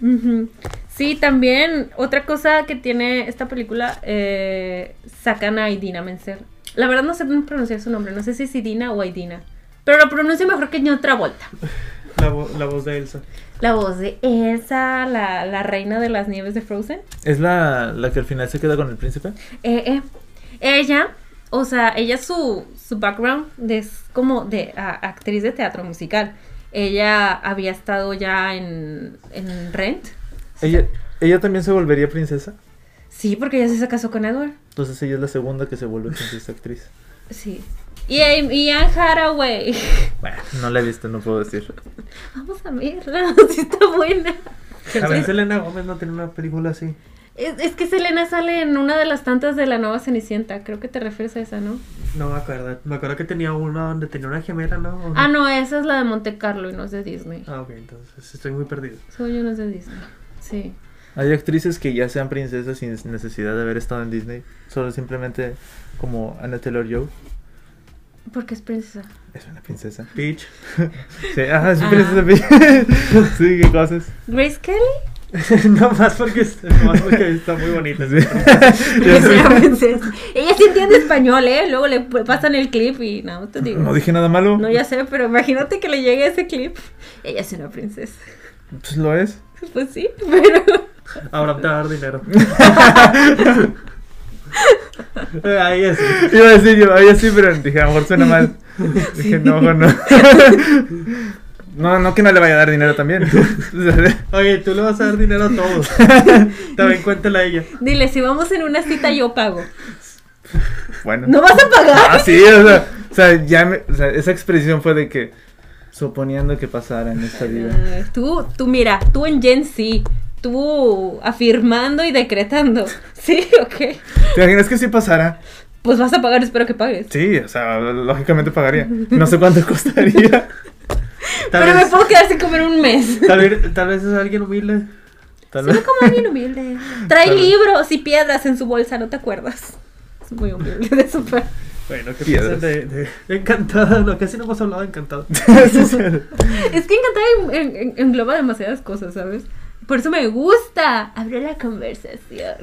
S2: Ujú. Sí, también otra cosa que tiene esta película, eh, sacan a Idina Menzer. La verdad no sé pronunciar su nombre, no sé si es Idina o Aidina, pero lo pronuncio mejor que yo otra vuelta.
S1: La, vo- la voz de Elsa.
S2: La voz de Elsa, la, la reina de las nieves de Frozen.
S3: ¿Es la, la que al final se queda con el príncipe?
S2: Eh, eh, Ella, o sea, ella su, su background es como de a- actriz de teatro musical. Ella había estado ya en, en Rent.
S3: ¿Ella, ¿Ella también se volvería princesa?
S2: Sí, porque ella sí se casó con Edward.
S3: Entonces ella es la segunda que se vuelve princesa actriz.
S2: Sí. Y, Am- y Anne Haraway.
S3: Bueno, no la he visto, no puedo decir.
S2: Vamos a verla, si está buena.
S1: A ver, Selena Gómez no tiene una película así.
S2: Es, es que Selena sale en una de las tantas de la nueva Cenicienta. Creo que te refieres a esa, ¿no?
S1: No me acuerdo. Me acuerdo que tenía una donde tenía una gemela, ¿no? ¿O no?
S2: Ah, no, esa es la de Monte Carlo y no es de Disney.
S1: Ah, ok, entonces estoy muy perdido.
S2: Soy yo no es de Disney. Sí.
S3: Hay actrices que ya sean princesas sin necesidad de haber estado en Disney. Solo simplemente como Anna Taylor Joe.
S2: Porque es princesa.
S3: Es una princesa.
S1: Peach.
S3: Sí, ah, es una
S2: Ah.
S3: princesa. sí, qué cosas.
S2: Grace Kelly.
S1: no más porque, es- nomás porque está muy bonita.
S3: Sí.
S2: Que sea princesa. Ella sí entiende español, ¿eh? Luego le p- pasan el clip y no, te digo.
S3: No dije nada malo.
S2: No, ya sé, pero imagínate que le llegue ese clip. Ella es una princesa.
S3: Pues lo es.
S2: Pues sí, pero.
S1: Abraham te va a dar dinero. Eh, Ahí es.
S3: Iba a decir yo, oye, sí, pero dije, a lo mejor suena mal. Dije, no, no. No, no que no le vaya a dar dinero también. O sea,
S1: Oye, tú le vas a dar dinero a todos. También cuéntale a ella.
S2: Dile, si vamos en una cita, yo pago.
S3: bueno.
S2: ¿No vas a
S3: Ah,
S2: pagar?
S3: sí, o sea, o sea, ya me- o sea, esa expresión fue de que suponiendo que pasara en esta vida.
S2: Eh, Tú, tú, mira, tú en Gen Z. Tú afirmando y decretando. Sí, ok.
S3: ¿Te imaginas que si pasara?
S2: Pues vas a pagar, espero que pagues.
S3: Sí, o sea, lógicamente pagaría. No sé cuánto costaría.
S1: Tal
S2: pero me
S1: vez,
S2: puedo quedar sin comer un mes.
S1: tal, vez, tal vez es alguien humilde.
S3: Tal
S2: Se ve
S3: vez.
S2: como alguien humilde. Trae
S3: Tal vez.
S2: libros y piedras en su bolsa, ¿no te acuerdas? Es muy humilde de su parte.
S1: Bueno, ¿qué
S3: Piedras.
S1: piensas de, de- de Encantada? No, casi no hemos hablado de Encantada.
S2: Es que encantada en- en- engloba demasiadas cosas, ¿sabes? Por eso me gusta. Abrió la conversación.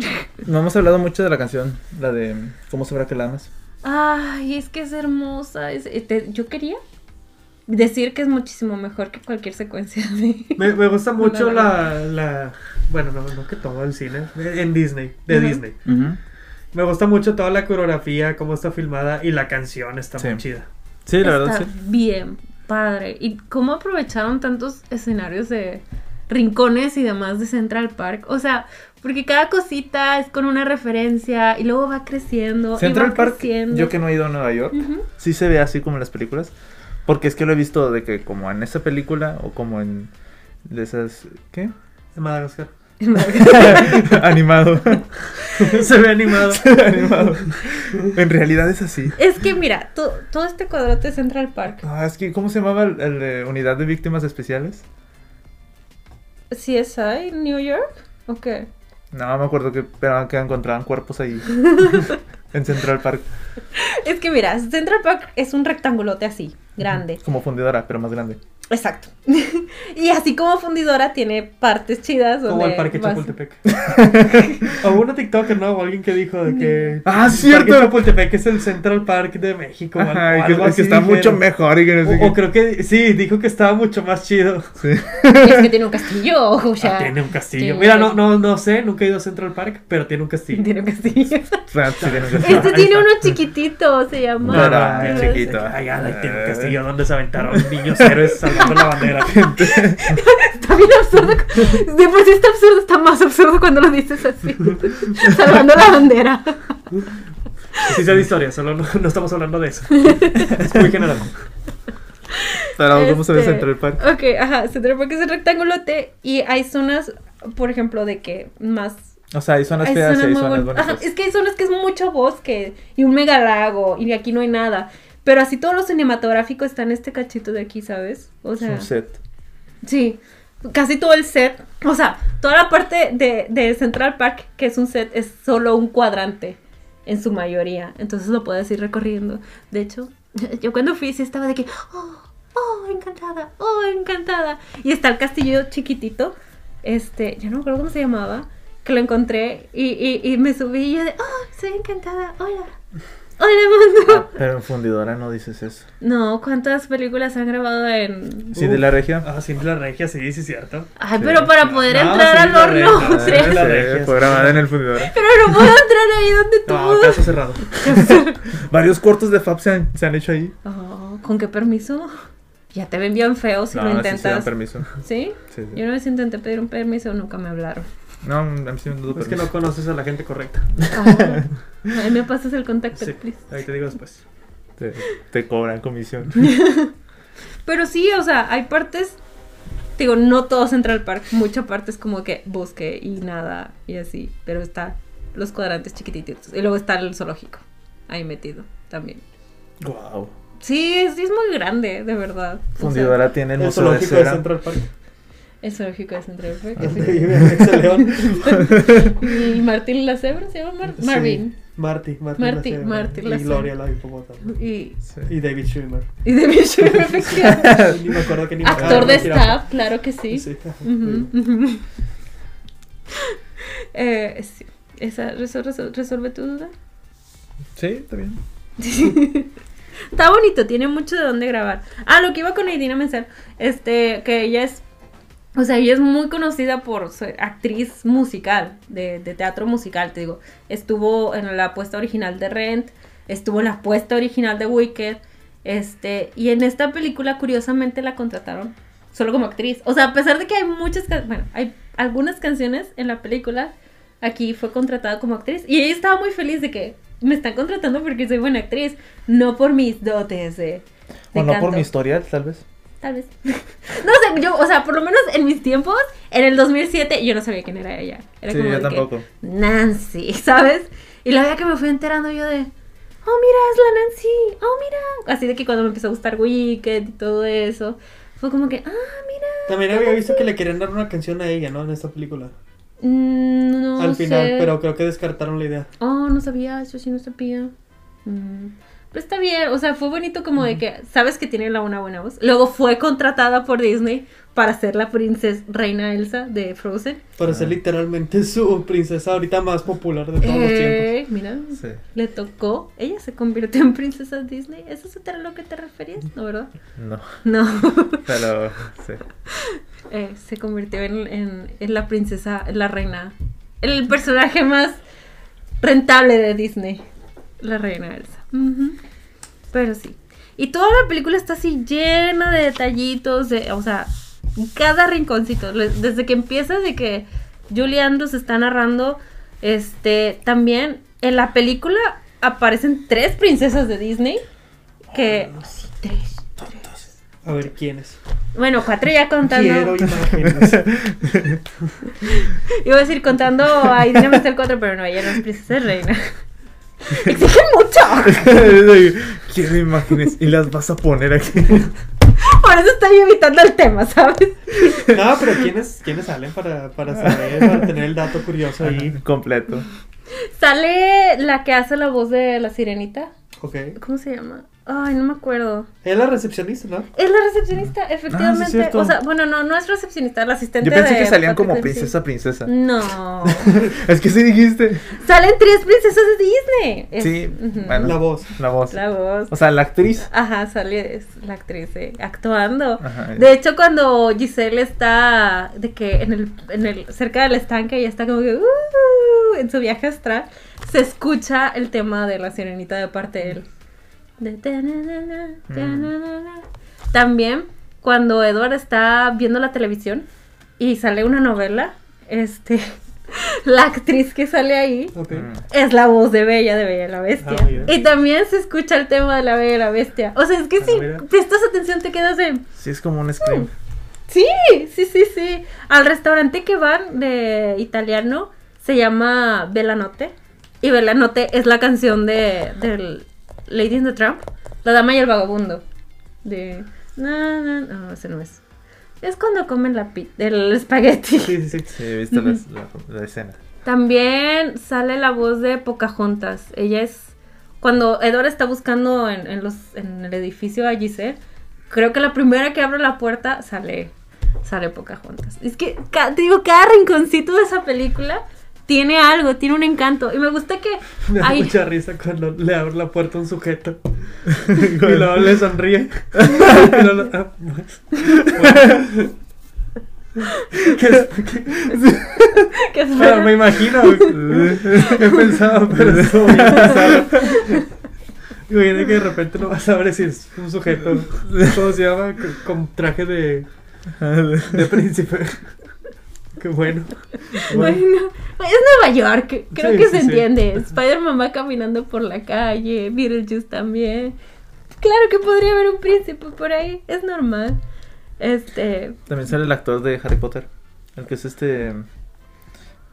S3: No hemos hablado mucho de la canción, la de ¿Cómo sabrá que la amas?
S2: Ay, es que es hermosa. es- este, yo quería decir que es muchísimo mejor que cualquier secuencia de.
S1: Me, me gusta mucho
S2: No, no,
S1: la, la. Bueno, no, no que todo el cine. En Disney, de
S2: Ujú.
S1: Disney. Me gusta mucho toda la coreografía, cómo está filmada y la canción está
S3: Sí.
S1: muy chida.
S3: Sí, la
S2: Está
S3: verdad, sí.
S2: bien, padre. ¿Y cómo aprovecharon tantos escenarios de rincones y demás de Central Park? O sea, porque cada cosita es con una referencia y luego va creciendo. y
S3: Central
S2: va
S3: Park,
S2: creciendo.
S3: yo que no he ido a Nueva York,
S2: Ujú.
S3: sí se ve así como en las películas. Porque es que lo he visto de que como en esa película o como en de esas... ¿Qué?
S1: De Madagascar.
S3: Animado.
S1: Se ve animado.
S3: Animado. En realidad es así.
S2: Es que mira, to- todo este cuadrote de Central Park,
S3: Ah, es que, ¿cómo se llamaba el, el de Unidad de Víctimas Especiales?
S2: CSI, New York, ¿o qué?
S3: No, me acuerdo que, pero que encontraban cuerpos ahí. en Central Park.
S2: Es que mira, Central Park es un rectangulote así, grande.
S3: Como fundidora, pero más grande.
S2: Exacto. y así como fundidora tiene partes chidas.
S1: Como
S2: donde
S1: el Parque
S2: vas-
S1: Chapultepec. o una TikToker, ¿no? O alguien que dijo de que.
S3: ¡Ah,
S1: Parque Chapultepec es el Central Park de México. o
S3: Ajá, y
S1: algo
S3: que, es
S1: así
S3: que está
S1: dijeron.
S3: mucho mejor y que no sé
S1: O,
S3: qué.
S1: o creo que sí, dijo que estaba mucho más chido.
S3: Sí.
S2: Es que tiene un castillo, o sea.
S1: Ah, tiene un castillo.
S2: tiene-
S1: Mira, no, no, no sé, nunca he ido a Central Park, pero tiene un castillo.
S2: Tiene un castillo.
S3: Ah, sí, tiene razón.
S2: Este tiene uno chiquitito, se llama.
S3: Pero, ay,
S2: Pero-
S3: chiquito. Eh.
S1: Ay, ay, tiene un castillo donde se aventaron niños héroes salvando la bandera.
S2: Está bien absurdo. De por sí está absurdo, está más absurdo cuando lo dices así. Salvando la bandera.
S1: Sí sé de historia, solo no, no estamos hablando de eso. Es muy general.
S3: Para vamos a ver
S2: Este,
S3: Central Park.
S2: Ok, ajá, Central Park es un rectangulote y hay zonas, por ejemplo, de que más...
S3: O sea, hay zonas
S2: hay
S3: feas y
S2: zonas
S3: hay
S2: muy
S3: zonas
S2: bonitas. Ajá,
S3: bonitas.
S2: es que hay zonas que es mucho bosque y un mega lago y aquí no hay nada. Pero así todo lo cinematográfico está en este cachito de aquí, ¿sabes? O
S3: Es
S2: sea,
S3: un set.
S2: sí, casi todo el set, o sea, toda la parte de, de Central Park, que es un set, es solo un cuadrante en su mayoría. Entonces lo puedes ir recorriendo. De hecho, yo cuando fui sí estaba de que, oh, oh, encantada, oh, encantada. Y está el castillo chiquitito, este, yo no me acuerdo cómo se llamaba, que lo encontré y, y, y me subí y yo de, oh, soy encantada, hola. Hola mundo.
S3: Ah, Pero en fundidora no dices eso.
S2: No, ¿cuántas películas han grabado en
S3: Sí, de la regia.
S1: Ah, siempre la regia, sí, sí, cierto.
S2: Ay,
S3: Sí.
S2: pero para poder
S1: No,
S2: entrar
S1: sí,
S2: al
S1: la
S2: horno.
S1: reina,
S2: o sea,
S1: la reina.
S3: Ah, fue grabada en el fundidora.
S2: pero no puedo entrar ahí donde tú.
S1: No, caso cerrado.
S3: Varios cortos de Fab se han, se han hecho ahí.
S2: Oh, ¿Con qué permiso? Ya te ven bien feo si
S3: no,
S2: lo
S3: no sé si dan
S2: intentas.
S3: permiso.
S2: ¿Sí?
S3: Sí, sí.
S2: Yo una vez intenté pedir un permiso, nunca me hablaron.
S3: No, a mí sí me han dado
S1: Es que
S3: permiso.
S1: no conoces a la gente correcta.
S2: Oh. Ahí me pasas el contacto,
S1: Sí,
S2: please.
S1: ahí te digo después.
S3: Te, te cobran comisión.
S2: Pero sí, o sea, hay partes. Digo, no todo Central Park, mucha parte es como que bosque y nada y así. Pero está los cuadrantes chiquititos. Y luego está el zoológico ahí metido también.
S3: Wow.
S2: Sí, es, es muy grande, de verdad. O sea,
S3: Fundidora tiene el
S1: El
S3: museo de
S1: zoológico de
S3: cera.
S1: Central Park.
S2: el zoológico de Central Park.
S3: Ah,
S2: sí. Y Martín la cebra se llama Mar- Marvin.
S1: Marty, Marty.
S2: Marty,
S1: la cebra.
S2: Marty, la
S1: Y Gloria,
S2: cebra.
S1: la hipopótamo.
S2: Y,
S3: Sí.
S1: Y David Schwimmer.
S2: y de Bishop, efectivamente.
S1: Ni me acuerdo que ni me
S2: Actor de
S1: acuerdo.
S2: staff, claro que sí.
S1: Ah, Sí.
S2: Ujú, ujú. Eh, sí. Esa, resol- resol- ¿Resuelve tu duda?
S3: Sí, está bien.
S2: Está bonito, tiene mucho de dónde grabar. Ah, lo que iba con Aidina Menzel, este, que ella es, o sea, ella es muy conocida por ser actriz musical, de, de teatro musical, te digo. Estuvo en la puesta original de Rent, estuvo en la puesta original de Wicked, este, y en esta película curiosamente la contrataron solo como actriz. O sea, a pesar de que hay muchas, can- bueno, hay algunas canciones en la película, aquí fue contratada como actriz y ella estaba muy feliz de que me están contratando porque soy buena actriz, no por mis dotes de, de
S3: O no por
S2: canto.
S3: mi historial, tal vez.
S2: Tal vez. no sé, yo, o sea, por lo menos en mis tiempos, en el 2007, yo no sabía quién era ella. Era
S3: sí,
S2: como
S3: yo
S2: de que,
S3: tampoco.
S2: Nancy, ¿sabes? Y la verdad que me fui enterando yo de, oh, mira, es la Nancy, oh, mira. Así de que cuando me empezó a gustar Wicked y todo eso, fue como que, ah, mira.
S1: También había visto que le querían dar una canción a ella, ¿no? En esta película.
S2: Mm, No
S1: Al final,
S2: sé.
S1: pero creo que descartaron la idea.
S2: Oh, no sabía, yo sí no sabía. Mm. Pero está bien, o sea, fue bonito como
S1: Mm.
S2: de que, sabes que tiene la una buena voz. Luego fue contratada por Disney para ser la princesa reina Elsa de Frozen.
S1: Para
S3: Ah.
S1: ser literalmente su princesa ahorita más popular de todos los tiempos.
S2: Eh, mira,
S3: Sí.
S2: le tocó, ella se convirtió en princesa Disney. ¿Eso es a lo que te referías? ¿No, verdad?
S3: No,
S2: No,
S3: pero sí.
S2: Eh, se convirtió en, en- en la princesa, en la reina, el personaje más rentable de Disney, la reina Elsa. Ujú. Pero sí. Y toda la película está así llena de detallitos, de, o sea, cada rinconcito, le- desde que empieza, de que Julie Andrews está narrando, este, también en la película aparecen tres princesas de Disney, que... sí, tres.
S1: A ver quién es.
S2: Bueno, cuatro ya contando.
S1: Quiero imágenes.
S2: Iba a decir contando a Idina Menzel 4, pero no, ella no es princesa es reina. Exigen mucho.
S3: Quiero imágenes y las vas a poner aquí.
S2: Por eso estoy evitando el tema, ¿sabes?
S1: no, pero quiénes, quiénes salen para, para saber, para tener el dato curioso ahí.
S3: Completo.
S2: Sale la que hace la voz de la sirenita.
S1: Ok.
S2: ¿Cómo se llama? Ay, no me acuerdo.
S1: Es la recepcionista, ¿no?
S2: Es la recepcionista, efectivamente.
S3: Ah, cierto.
S2: o sea, bueno, no, no es recepcionista, la asistente
S3: Yo pensé
S2: de
S3: que salían
S2: Patrick Mm.
S3: como
S2: Dempsey.
S3: princesa, princesa.
S2: No.
S3: Es que sí dijiste.
S2: Salen tres princesas de Disney. Es-
S3: Sí,
S2: ujú.
S3: bueno.
S1: La voz.
S3: La voz.
S2: La voz.
S3: O sea, la actriz.
S2: Ajá, sale es la actriz eh, actuando.
S3: Ajá.
S2: De hecho, cuando Giselle está de que en el, en el cerca del estanque y está como que "Uh", en su viaje astral, se escucha el tema de la sirenita de parte de él. De ta-na-na-na, ta-na-na-na. También cuando Edward está viendo la televisión y sale una novela, este la actriz que sale ahí
S1: Ok.
S3: Mm.
S2: es la voz de Bella de Bella la Bestia.
S1: Ah, mira.
S2: y también se escucha el tema de la Bella la Bestia. O sea, es que
S1: Ah,
S2: si
S1: mira.
S2: prestas atención te quedas de...
S3: Sí, es como un scream.
S2: Sí, sí, sí, sí. Al restaurante que van de italiano se llama Belanote. Y Belanote es la canción de, del Lady in the Tramp, La Dama y el Vagabundo. De. No, no, no, ese no es. Es cuando comen la pi- el espagueti.
S1: Sí, sí, sí.
S3: Sí, he visto las- la, la escena.
S2: También sale la voz de Pocahontas. Ella es. Cuando Edora está buscando en, en los, en el edificio a Giselle, creo que la primera que abre la puerta sale, sale Pocahontas. Es que, ca- te digo, cada rinconcito de esa película tiene algo, tiene un encanto. Y me gusta que.
S1: Me da
S2: hay-
S1: mucha risa cuando le abre la puerta a un sujeto y luego le sonríe. Y luego lo- ah, bueno. ¿Qué es- qué-
S2: que es-
S1: Pero me imagino. He pensado, pero estuvo bien bizarro. Imagina que de repente no vas a ver si es un sujeto. ¿Cómo se llama? Con, con traje de, de príncipe. Qué bueno.
S2: Bueno, es Nueva York, creo
S1: Sí,
S2: que
S1: sí,
S2: se
S1: sí.
S2: entiende. Spider-Man va caminando por la calle, Beetlejuice también. Claro que podría haber un príncipe por ahí, es normal. Este,
S3: También sale el actor de Harry Potter. El que es este.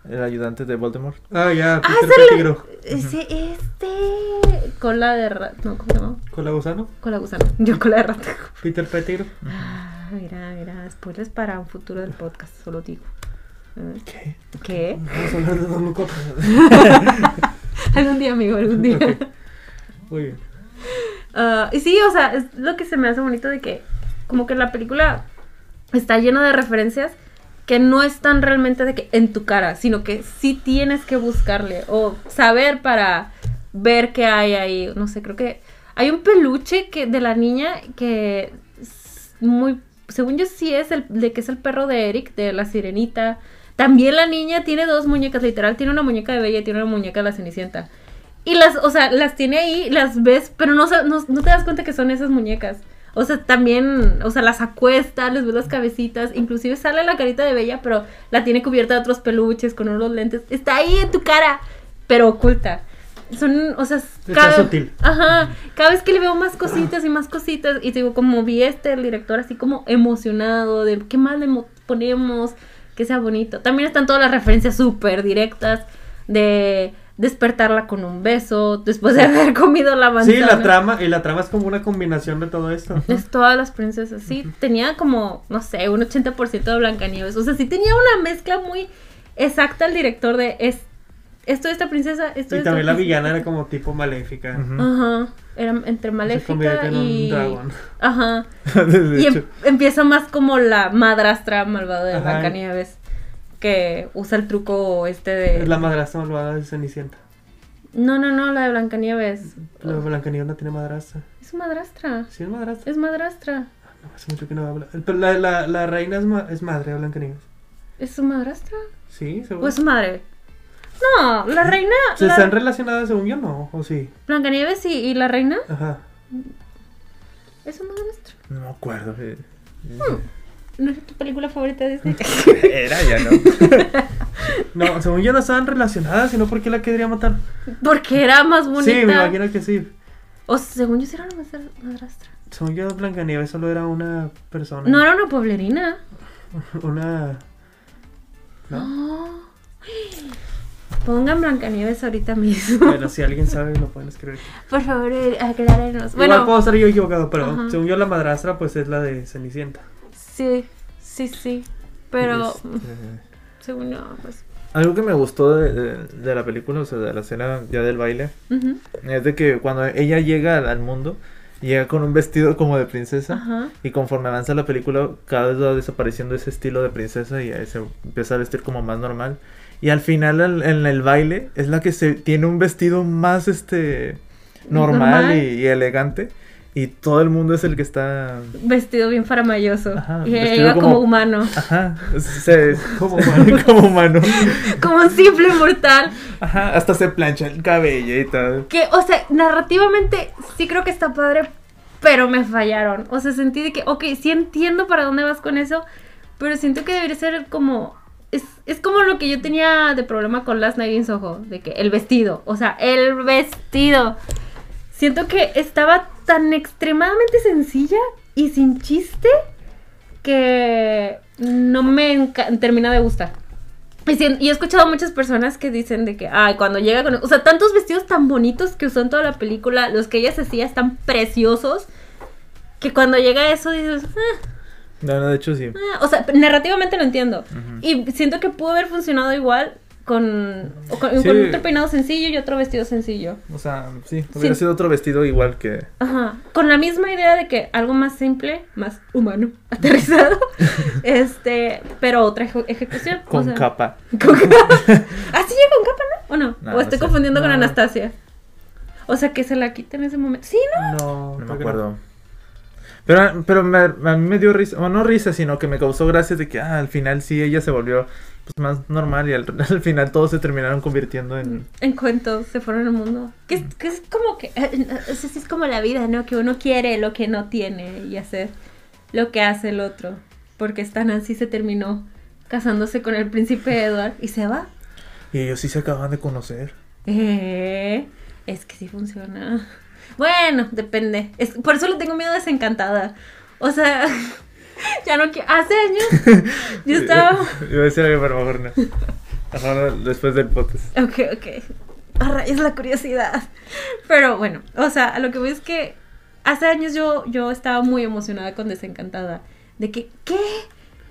S3: El ayudante de Voldemort.
S1: Ah, ya,
S2: ah,
S1: Peter
S2: sale
S1: Pettigrew.
S2: ese este cola de rato, no, ¿cómo se llama?
S1: ¿Cola gusano?
S2: Cola gusano, yo cola de rato.
S1: Peter Pettigrew.
S2: Ah, mira, mira, spoilers para un futuro del podcast, solo digo. Eh,
S3: ¿Qué?
S2: ¿Qué?
S1: Vamos a hablar de Don Luco.
S2: Algún día, amigo, algún día.
S1: Ok. Muy bien.
S2: Ah, y sí, o sea, es lo que se me hace bonito de que como que la película está llena de referencias que no están realmente de que en tu cara, sino que sí tienes que buscarle o saber para ver qué hay ahí. No sé, creo que hay un peluche que de la niña que es muy según yo sí es el de que es el perro de Eric de la Sirenita. También la niña tiene dos muñecas, literal, tiene una muñeca de Bella y tiene una muñeca de la Cenicienta. Y las, o sea, las tiene ahí, las ves, pero no, sa- no, no te das cuenta que son esas muñecas. O sea, también, o sea, las acuesta, les ves las cabecitas, inclusive sale la carita de Bella, pero la tiene cubierta de otros peluches con unos lentes. Está ahí en tu cara, pero oculta. Son, o sea,
S1: Está sutil.
S2: Ajá, cada vez que le veo más cositas y más cositas, y te digo, como vi este, el director así como emocionado de qué más le mo- ponemos, que sea bonito. También están todas las referencias súper directas de despertarla con un beso, después de haber comido la manzana.
S1: Sí, la trama, y la trama es como una combinación de todo esto.
S2: Es todas las princesas, sí. Tenía como, no sé, un 80% de Blancanieves. O sea, sí tenía una mezcla muy exacta el director de es, esto de esta princesa, esto de
S1: Y
S2: esta
S1: también la
S2: princesa.
S1: villana era como tipo maléfica.
S2: Ajá. Era entre
S1: Se convierte
S2: maléfica
S1: en
S2: y.
S1: un dragón.
S2: Ajá.
S3: De
S2: Y em-
S3: hecho.
S2: empieza más como la madrastra malvada de
S1: Ajá.
S2: Blancanieves. Que usa el truco este de.
S1: Es la madrastra malvada de Cenicienta.
S2: No, no, no, la de Blancanieves.
S1: La Blancanieves no tiene madrastra.
S2: Es madrastra.
S1: Sí, es madrastra.
S2: Es madrastra.
S1: No, hace mucho que no habla. Pero la, la, la reina es, ma- es madre de Blancanieves.
S2: ¿Es su madrastra?
S1: Sí, según.
S2: ¿O es su madre? No, la reina.
S1: ¿Se
S2: Pues, la-
S1: están relacionadas según yo no? ¿O sí?
S2: Blancanieves y, y la reina.
S1: Ajá.
S2: ¿Es su madrastra?
S3: No me acuerdo. eh.
S2: ¿No es tu película favorita de Disney?
S3: Era ya, ¿no?
S1: No, según yo no estaban relacionadas, sino porque la quería matar.
S2: Porque era más bonita.
S1: Sí, me imagino que sí.
S2: O según yo, sí era una madra- madrastra.
S1: Según yo, Blancanieves solo era una persona.
S2: No era una pueblerina.
S1: Una. ¿No?
S2: No. Ah. Pongan Blancanieves ahorita mismo.
S1: Bueno, si alguien sabe, lo pueden escribir.
S2: Por favor, eh, aclárenos.
S1: Igual
S2: Bueno,
S1: puedo estar yo equivocado, pero
S2: Ajá.
S1: según yo, la madrastra, pues es la de Cenicienta.
S2: sí, sí, sí. Pero,
S3: Este,
S2: según yo, pues.
S3: algo que me gustó de, de- de la película, o sea, de la escena ya del baile,
S2: ujú,
S3: es de que cuando ella llega al, al mundo, llega con un vestido como de princesa.
S2: Ajá.
S3: Y conforme avanza la película, cada vez va desapareciendo ese estilo de princesa y eh, se empieza a vestir como más normal. Y al final, al- en el baile, es la que se tiene un vestido más este normal,
S2: Normal.
S3: Y, y elegante. Y todo el mundo es el que está.
S2: Vestido bien faramayoso.
S3: Ajá,
S2: y
S3: vestido
S2: llega como...
S3: como-
S2: humano.
S3: Ajá, se-
S1: Como humano.
S3: como humano.
S2: como un simple mortal.
S3: Ajá, hasta se plancha el cabello y tal.
S2: Que, o sea, narrativamente sí creo que está padre, pero me fallaron. O sea, sentí de que, ok, sí entiendo para dónde vas con eso, pero siento que debería ser como es, es como lo que yo tenía de problema con Last Night in Soho, de que el vestido, o sea, el vestido. Siento que estaba tan extremadamente sencilla y sin chiste que no me enca- termina de gustar. Y, si- y he escuchado muchas personas que dicen de que, ay, cuando llega con... O sea, tantos vestidos tan bonitos que usó en toda la película, los que ella se hacía están preciosos, que cuando llega eso dices, "Ah,
S3: No, no, de hecho sí.
S2: Ah, o sea, narrativamente lo entiendo.
S3: Ujú.
S2: Y siento que pudo haber funcionado igual con, o con,
S3: Sí.
S2: con otro peinado sencillo y otro vestido sencillo.
S3: O sea, sí, hubiera
S2: Sí.
S3: sido otro vestido igual que...
S2: Ajá. Con la misma idea de que algo más simple, más humano, aterrizado, este, pero otra eje- ejecución. o
S3: Con
S2: sea,
S3: capa.
S2: con capa. Así llega con capa, ¿no? ¿O no?
S3: No,
S2: o
S3: no
S2: estoy
S3: sé.
S2: confundiendo con
S1: No.
S2: Anastasia. O sea, que se la quita en ese momento. Sí, ¿no?
S1: No,
S3: No me
S1: creo que
S3: acuerdo. Pero, ah, pero me- a mí me dio risa, o no risa, sino que me causó gracia de que ah, al final sí ella se volvió pues, más normal y al, al final todos se terminaron convirtiendo en...
S2: En cuanto se fueron al mundo. Que es, que es como que. eh, Es, es como la vida, ¿no? Que uno quiere lo que no tiene y hacer lo que hace el otro. Porque esta Nancy se terminó casándose con el príncipe Edward y se va.
S3: Y ellos sí se acaban de conocer.
S2: Eh, es que sí funciona. Bueno, depende. Es, por eso le tengo miedo a desencantada. O sea, ya no quiero. Hace años yo estaba.
S3: Yo decía que pero mejor no. Mejor después del podcast.
S2: Ok, ok. A rayos la curiosidad. Pero bueno, o sea, a lo que voy es que hace años yo, yo estaba muy emocionada con Desencantada. De que, ¿qué?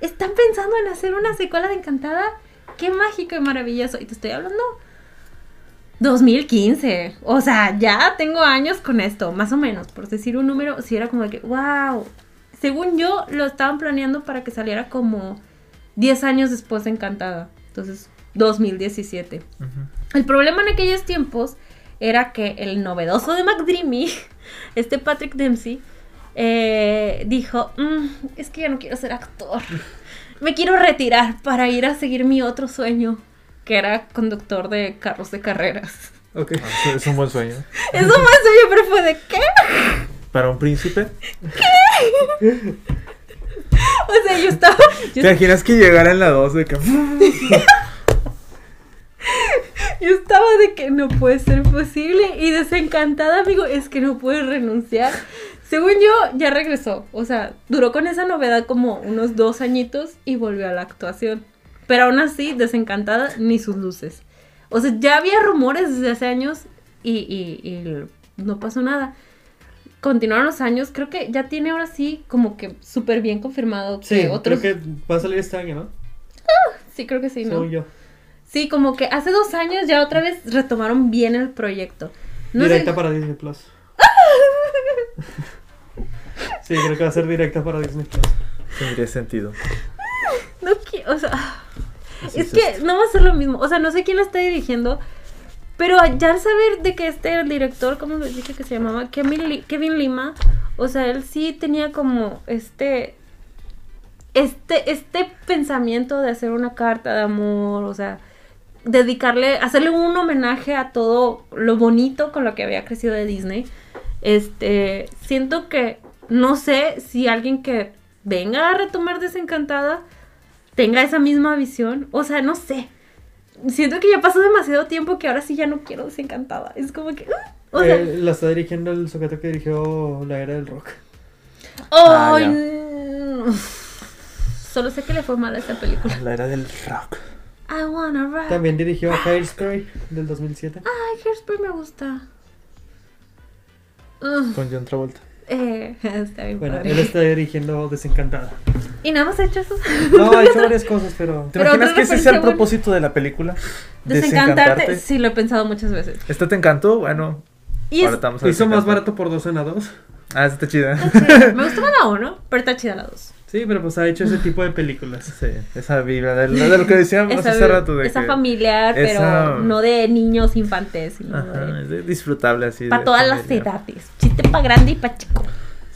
S2: ¿Están pensando en hacer una secuela de Encantada? ¡Qué mágico y maravilloso! Y te estoy hablando 2015. O sea, ya tengo años con esto, más o menos. Por decir un número, si era como de que, wow. Según yo, lo estaban planeando para que saliera como 10 años después de Encantada. Entonces, 2017. El problema en aquellos tiempos era que el novedoso de McDreamy, este Patrick Dempsey, eh, dijo, "Mm, es que ya no quiero ser actor, me quiero retirar para ir a seguir mi otro sueño, que era conductor de carros de carreras.
S1: Ok.
S3: Ah, Es un buen sueño.
S2: Eso más sueño, pero fue de qué?
S3: Para un príncipe.
S2: O sea, yo estaba... yo
S3: ¿Te imaginas que llegara en la 2 de que... "Mm",
S2: Yo estaba de que no puede ser posible y desencantada, amigo, es que no puedes renunciar. Según yo, ya regresó. O sea, duró con esa novedad como unos dos añitos y volvió a la actuación. Pero aún así, desencantada, ni sus luces. O sea, ya había rumores desde hace años y, y- y no pasó nada. Continuaron los años, creo que ya tiene ahora sí como que súper bien confirmado que
S1: Sí,
S2: otros...
S1: creo que va a salir este año, ¿no?
S2: Sí, creo que sí, ¿no?
S1: Según yo.
S2: Sí, como que hace dos años ya otra vez retomaron bien el proyecto. No sé-
S1: directa para Disney Plus. sí, creo que va a ser directa para Disney Plus.
S3: Tendría sentido.
S2: no qui- o sea,
S3: Así
S2: es que no va a ser lo mismo. O sea, no sé quién la está dirigiendo, pero ya al saber de que este el director, como les dije que se llamaba, Kevin, Li- Kevin Lima, o sea, él sí tenía como este este este pensamiento de hacer una carta de amor, o sea, dedicarle, hacerle un homenaje a todo lo bonito con lo que había crecido de Disney. Este, siento que no sé si alguien que venga a retomar Desencantada tenga esa misma visión, o sea, no sé. Siento que ya pasó demasiado tiempo que ahora sí ya no quiero Desencantada. Es como que, ah, o sea,
S1: Eh, la está dirigiendo el sujeto que dirigió La Era del Rock.
S3: Ah,
S2: oh, ay,
S3: ya.
S2: no. solo sé que le fue mal a esta película.
S3: La era del rock.
S2: I wanna rock.
S1: También dirigió Hairspray del 2007.
S2: Ay, Hairspray me gusta. Ugh,
S3: Con John Travolta.
S2: eh, está bien
S1: Bueno,
S2: padre.
S1: él está dirigiendo Desencantada.
S2: Y nada más he hecho eso.
S1: No, ha hecho varias cosas, pero...
S3: ¿Te
S2: Pero
S3: imaginas
S2: otra
S3: que ese sea el
S2: referencia buena.
S3: propósito de la película?
S2: Desencantarte, sí, lo he pensado muchas veces.
S3: ¿Esta te encantó? Bueno,
S2: Y
S3: ahora
S2: es-
S3: estamos
S1: Hizo más barato por dos en la dos.
S3: Ah, esa está chida.
S2: está chida. Me gustó más la 1, pero está chida la 2.
S1: Sí, pero pues ha hecho ese tipo de películas.
S3: Sí, esa vibra de, de lo que decíamos hace rato. De
S2: esa
S3: que-
S2: familiar,
S3: esa-
S2: pero no de niños infantes, sino
S3: Ajá, es de- disfrutable así.
S2: para
S3: de
S2: todas
S3: familia.
S2: las edades. Chiste para grande y para chico.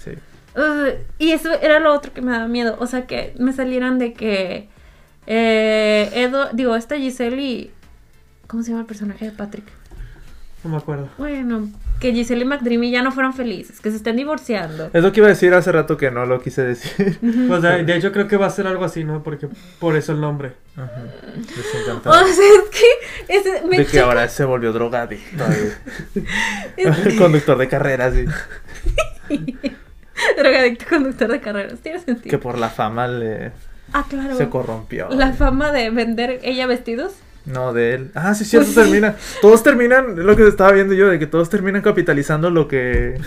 S3: Sí.
S2: Ugh, y eso era lo otro que me daba miedo. O sea, que me salieran de que. Eh, Edo, digo, esta Giselle y. ¿Cómo se llama el personaje de Patrick?
S1: No me acuerdo.
S2: Bueno, que Giselle y McDreamy ya no fueron felices, que se están divorciando.
S3: Es lo que iba a decir hace rato que no lo quise decir.
S1: Pues de, de hecho creo que va a ser algo así, ¿no? Porque por eso el nombre.
S3: Ajá.
S2: O
S3: Desencantado.
S2: sea, es que es- me
S3: De que
S2: choca-
S3: ahora se volvió drogadicto.
S2: es-
S3: y- Conductor de carreras. y
S2: drogadicto conductor de carreras, tiene
S3: Que
S2: sentido.
S3: por la fama le
S2: Ah, claro.
S3: se corrompió.
S2: La fama de vender ella vestidos.
S3: No, de él. Ah, sí, cierto,
S2: Pues sí.
S3: termina. Todos terminan, es lo que estaba viendo yo, de que todos terminan capitalizando lo que.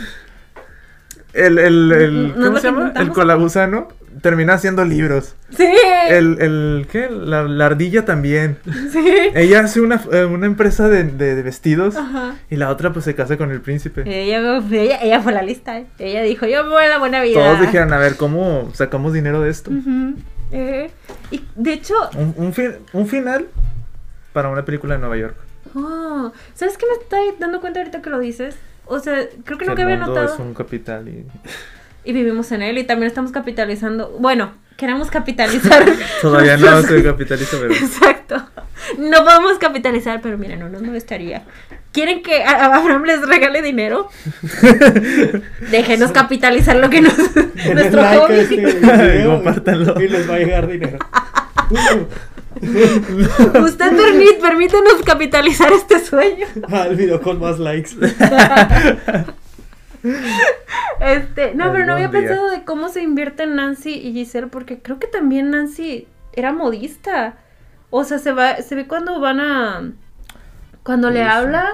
S3: El, el, el-
S2: No es lo
S3: ¿cómo
S2: que
S3: se llama? El
S2: inventamos.
S3: colabusano termina haciendo libros.
S2: Sí.
S3: El, el, ¿qué? La, la ardilla también.
S2: Sí.
S3: Ella hace una, eh, una empresa de, de- de vestidos
S2: Ajá.
S3: y la otra pues se casa con el príncipe.
S2: Ella, ella, ella fue la lista. ¿eh? Ella dijo, yo me voy a la buena vida.
S3: Todos dijeron, a ver, ¿cómo sacamos dinero de esto?
S2: Eh, Ujú. Eh, y de hecho,
S3: Un, un, fin- un final para una película de Nueva York.
S2: oh, ¿sabes qué me estoy dando cuenta ahorita que lo dices? O sea, creo que nunca
S3: el
S2: había
S3: mundo
S2: notado.
S3: es un capital y
S2: Y vivimos en él y también estamos capitalizando. Bueno, queremos capitalizar.
S3: todavía no
S2: nuestros-
S3: soy capitalista, pero...
S2: Exacto. No podemos capitalizar, pero mira, no nos molestaría. ¿Quieren que a- a Abraham les regale dinero? Déjenos capitalizar lo que nos,
S1: Denle
S2: nuestro
S1: like a
S2: hobby.
S1: este video
S3: Y compártanlo.
S1: Y les va a llegar dinero.
S2: Usted permí- permítenos capitalizar este sueño.
S1: Al Ah, video con más likes.
S2: Este, no, pero
S3: Algún
S2: no había
S3: día.
S2: pensado de cómo se invierten Nancy y Giselle, porque creo que también Nancy era modista. O sea, se va, se ve cuando van a. Cuando le
S3: Sí, sí.
S2: habla,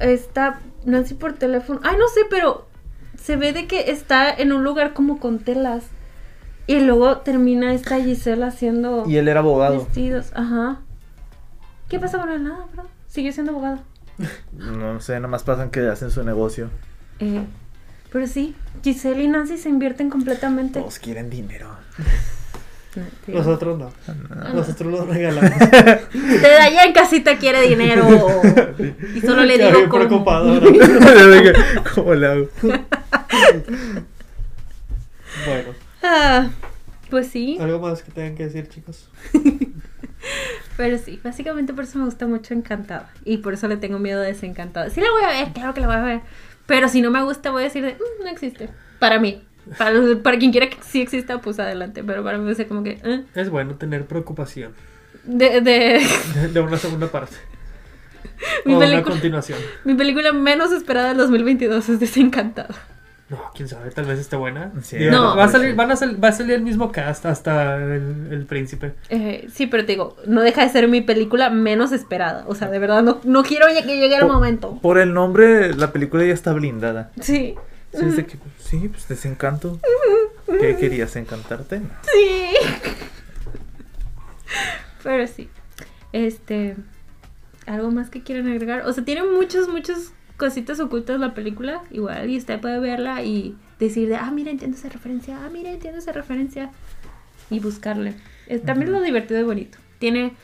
S2: está Nancy por teléfono. Ay, no sé, pero se ve de que está en un lugar como con telas. Y luego termina esta Giselle haciendo
S3: Y él era abogado.
S2: vestidos. Ajá. ¿Qué pasa con él? Nada, bro. Sigue siendo abogado.
S3: No sé, nomás pasan que hacen su negocio.
S2: Eh, pero sí, Giselle y Nancy se invierten completamente.
S3: Todos quieren dinero.
S1: Nosotros no.
S2: Ah, no.
S1: Nosotros los regalamos.
S2: Usted allá en casita quiere dinero. Y solo le
S1: Ya
S2: digo
S1: bien
S2: cómo.
S1: preocupado ahora.
S3: De que, ¿Cómo le hago?
S1: Bueno,
S2: Ah, pues sí,
S1: algo más que tengan que decir, chicos.
S2: pero sí, básicamente por eso me gusta mucho Encantada. Y por eso le tengo miedo a Desencantada. Sí la voy a ver, claro que la voy a ver. Pero si no me gusta, voy a decir de, "Mm, no existe. Para mí. Para, para quien quiera que sí exista, pues adelante. Pero para mí, o sea, como que. "Eh".
S1: Es bueno tener preocupación
S2: De, de-
S1: de una segunda parte.
S2: mi,
S1: o una
S2: película,
S1: continuación.
S2: mi película menos esperada del 2022 es Desencantada.
S1: No, quién sabe, tal vez esté buena.
S3: Sí.
S1: Digo,
S2: No.
S1: va, a salir, van a sal- va a salir el mismo cast hasta el, el príncipe.
S2: Eh, sí, pero te digo, no deja de ser mi película menos esperada. O sea, de verdad, no, no quiero ya que llegue el
S3: Por-
S2: momento.
S3: Por el nombre, la película ya está blindada.
S2: Sí.
S3: Sí, es de que, sí, pues desencanto. ¿Qué querías encantarte?
S2: Sí. pero sí. Este. ¿Algo más que quieran agregar? O sea, tiene muchas, muchas cositas ocultas la película. Igual, y usted puede verla y decir de, ah, mira, entiendo esa referencia. Ah, mira, entiendo esa referencia. Y buscarle. Eh, También lo divertido y bonito. Tiene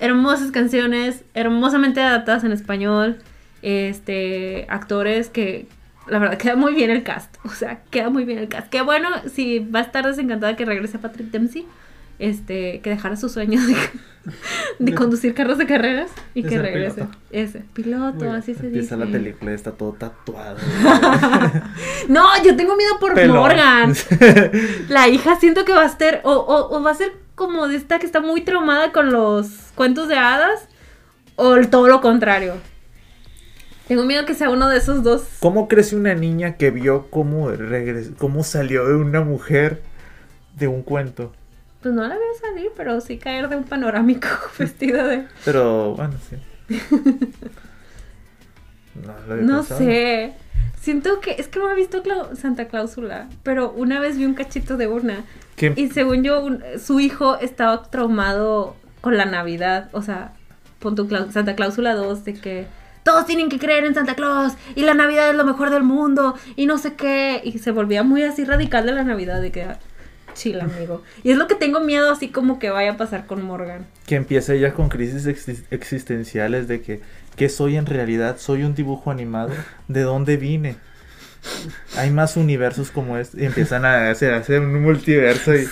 S2: hermosas canciones, hermosamente adaptadas en español, este, actores que la verdad queda muy bien el cast, o sea, queda muy bien el cast. Qué bueno, si va a estar desencantada que regrese Patrick Dempsey, este, que dejara sus sueños de, de
S1: De-
S2: conducir carros de carreras y
S1: de
S2: que
S1: ser
S2: regrese.
S1: piloto.
S2: Ese, piloto,
S1: Muy bien.
S2: así se dice.
S3: Empieza la película, está todo tatuado.
S2: No, yo tengo miedo por
S3: Pelón.
S2: Morgan. La hija siento que va a ser, o, o- o va a ser como de esta que está muy traumada con los cuentos de hadas, o el- todo lo contrario. Tengo miedo que sea uno de esos dos.
S3: ¿Cómo crece una niña que vio cómo, regres- cómo salió de una mujer de un cuento?
S2: Pues no la veo salir, pero sí caer de un panorámico vestido de...
S3: Pero bueno, sí. No, lo había
S2: No
S3: pensado.
S2: sé. Siento que, es que no he visto Clau- Santa Clausula, pero una vez vi un cachito de una
S3: ¿Qué-
S2: Y según yo, un- su hijo estaba traumado con la Navidad. O sea, pon tu clau- Santa Cláusula 2 de que todos tienen que creer en Santa Claus y la Navidad es lo mejor del mundo y no sé qué. Y se volvía muy así radical de la Navidad de que ah, chill, amigo. Y es lo que tengo miedo así como que vaya a pasar con Morgan.
S3: que empieza ella con crisis exis- existenciales de que qué soy en realidad soy un dibujo animado de dónde vine hay más universos como este y empiezan a hacer, hacer un multiverso y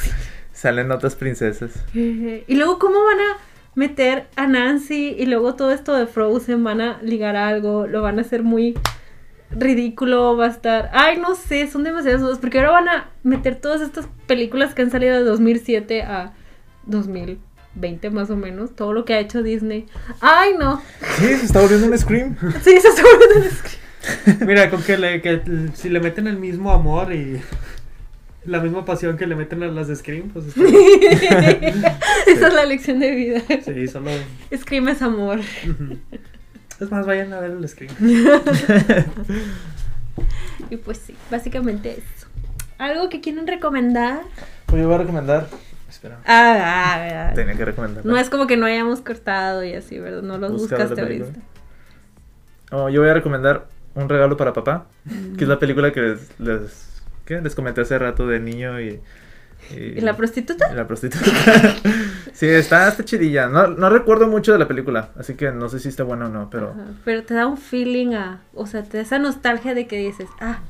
S3: salen otras princesas
S2: Eh, Y luego, ¿cómo van a meter a Nancy? Y luego todo esto de Frozen van a ligar a algo, lo van a hacer muy ridículo va a estar. Ay, no sé, son demasiadas dudas. Porque ahora van a meter todas estas películas que han salido de 2007 a 2020, más o menos. Todo lo que ha hecho Disney. Ay, no.
S4: Sí, se está volviendo un Scream.
S2: Sí, se seguro de
S1: Mira, con que, le- que si le meten el mismo amor y la misma pasión que le meten a las de Scream, pues está bien.
S2: Esa es la lección de vida.
S1: Sí, solo.
S2: Scream es amor.
S1: Ujú. Es más, vayan a ver el Scream.
S2: Y pues sí, básicamente eso. ¿Algo que quieren recomendar?
S4: Pues yo voy a recomendar. Espera.
S2: Ah, ah, ¿verdad?
S3: Tenía que recomendarla.
S2: No es como que no hayamos cortado y así, ¿verdad? No los
S3: Buscar la
S2: buscaste
S3: película.
S2: ahorita.
S3: Oh, yo voy a recomendar Un regalo para papá, que es
S2: Mm.
S3: la película que les, les- ¿qué? les comenté hace rato de niño y...
S2: ¿Y la prostituta?
S3: La prostituta. sí, está, está chidilla. No, no recuerdo mucho de la película, así que no sé si está buena o no, pero...
S2: Ajá, Pero te da un feeling a. O sea, te da esa nostalgia de que dices, ah,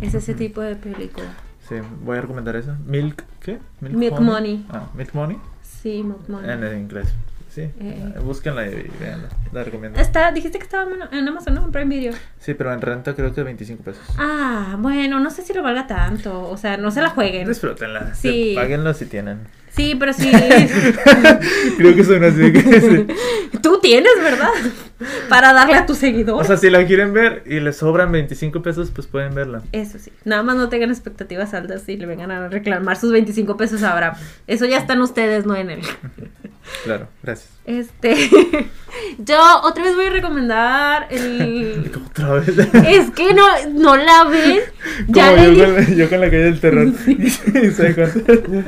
S2: es ese tipo de película.
S3: Sí, voy a recomendar esa. Milk, ¿qué?
S2: Milk Money.
S3: Ah, Milk Money.
S2: Sí, Mad Money.
S3: En, en inglés. Sí.
S2: Eh.
S3: Búsquenla y veanla. La recomiendo.
S2: Está, dijiste que estaba en- en Amazon, ¿no? En Prime Video.
S3: Sí, pero en renta creo que 25 pesos.
S2: Ah, bueno, no sé si lo valga tanto. O sea, no se la jueguen.
S3: Disfrútenla.
S2: Sí.
S3: Sí. Páguenlo si tienen.
S2: Sí, pero sí.
S3: creo que son así. que sí.
S2: Tú tienes, ¿verdad? Para darle a tus seguidores.
S3: O sea, si la quieren ver y les sobran 25 pesos, pues pueden verla.
S2: Eso sí. Nada más no tengan expectativas altas y le vengan a reclamar sus 25 pesos a Abraham. Eso ya están ustedes, no en él.
S3: Claro, gracias.
S2: Este. Yo otra vez voy a recomendar el.
S3: Otra vez.
S2: Es que no, no la ven. Ya
S3: Como
S2: le
S3: yo,
S2: di-
S3: con la, yo con la calle del terror. Sí, ¿sabe cuánto?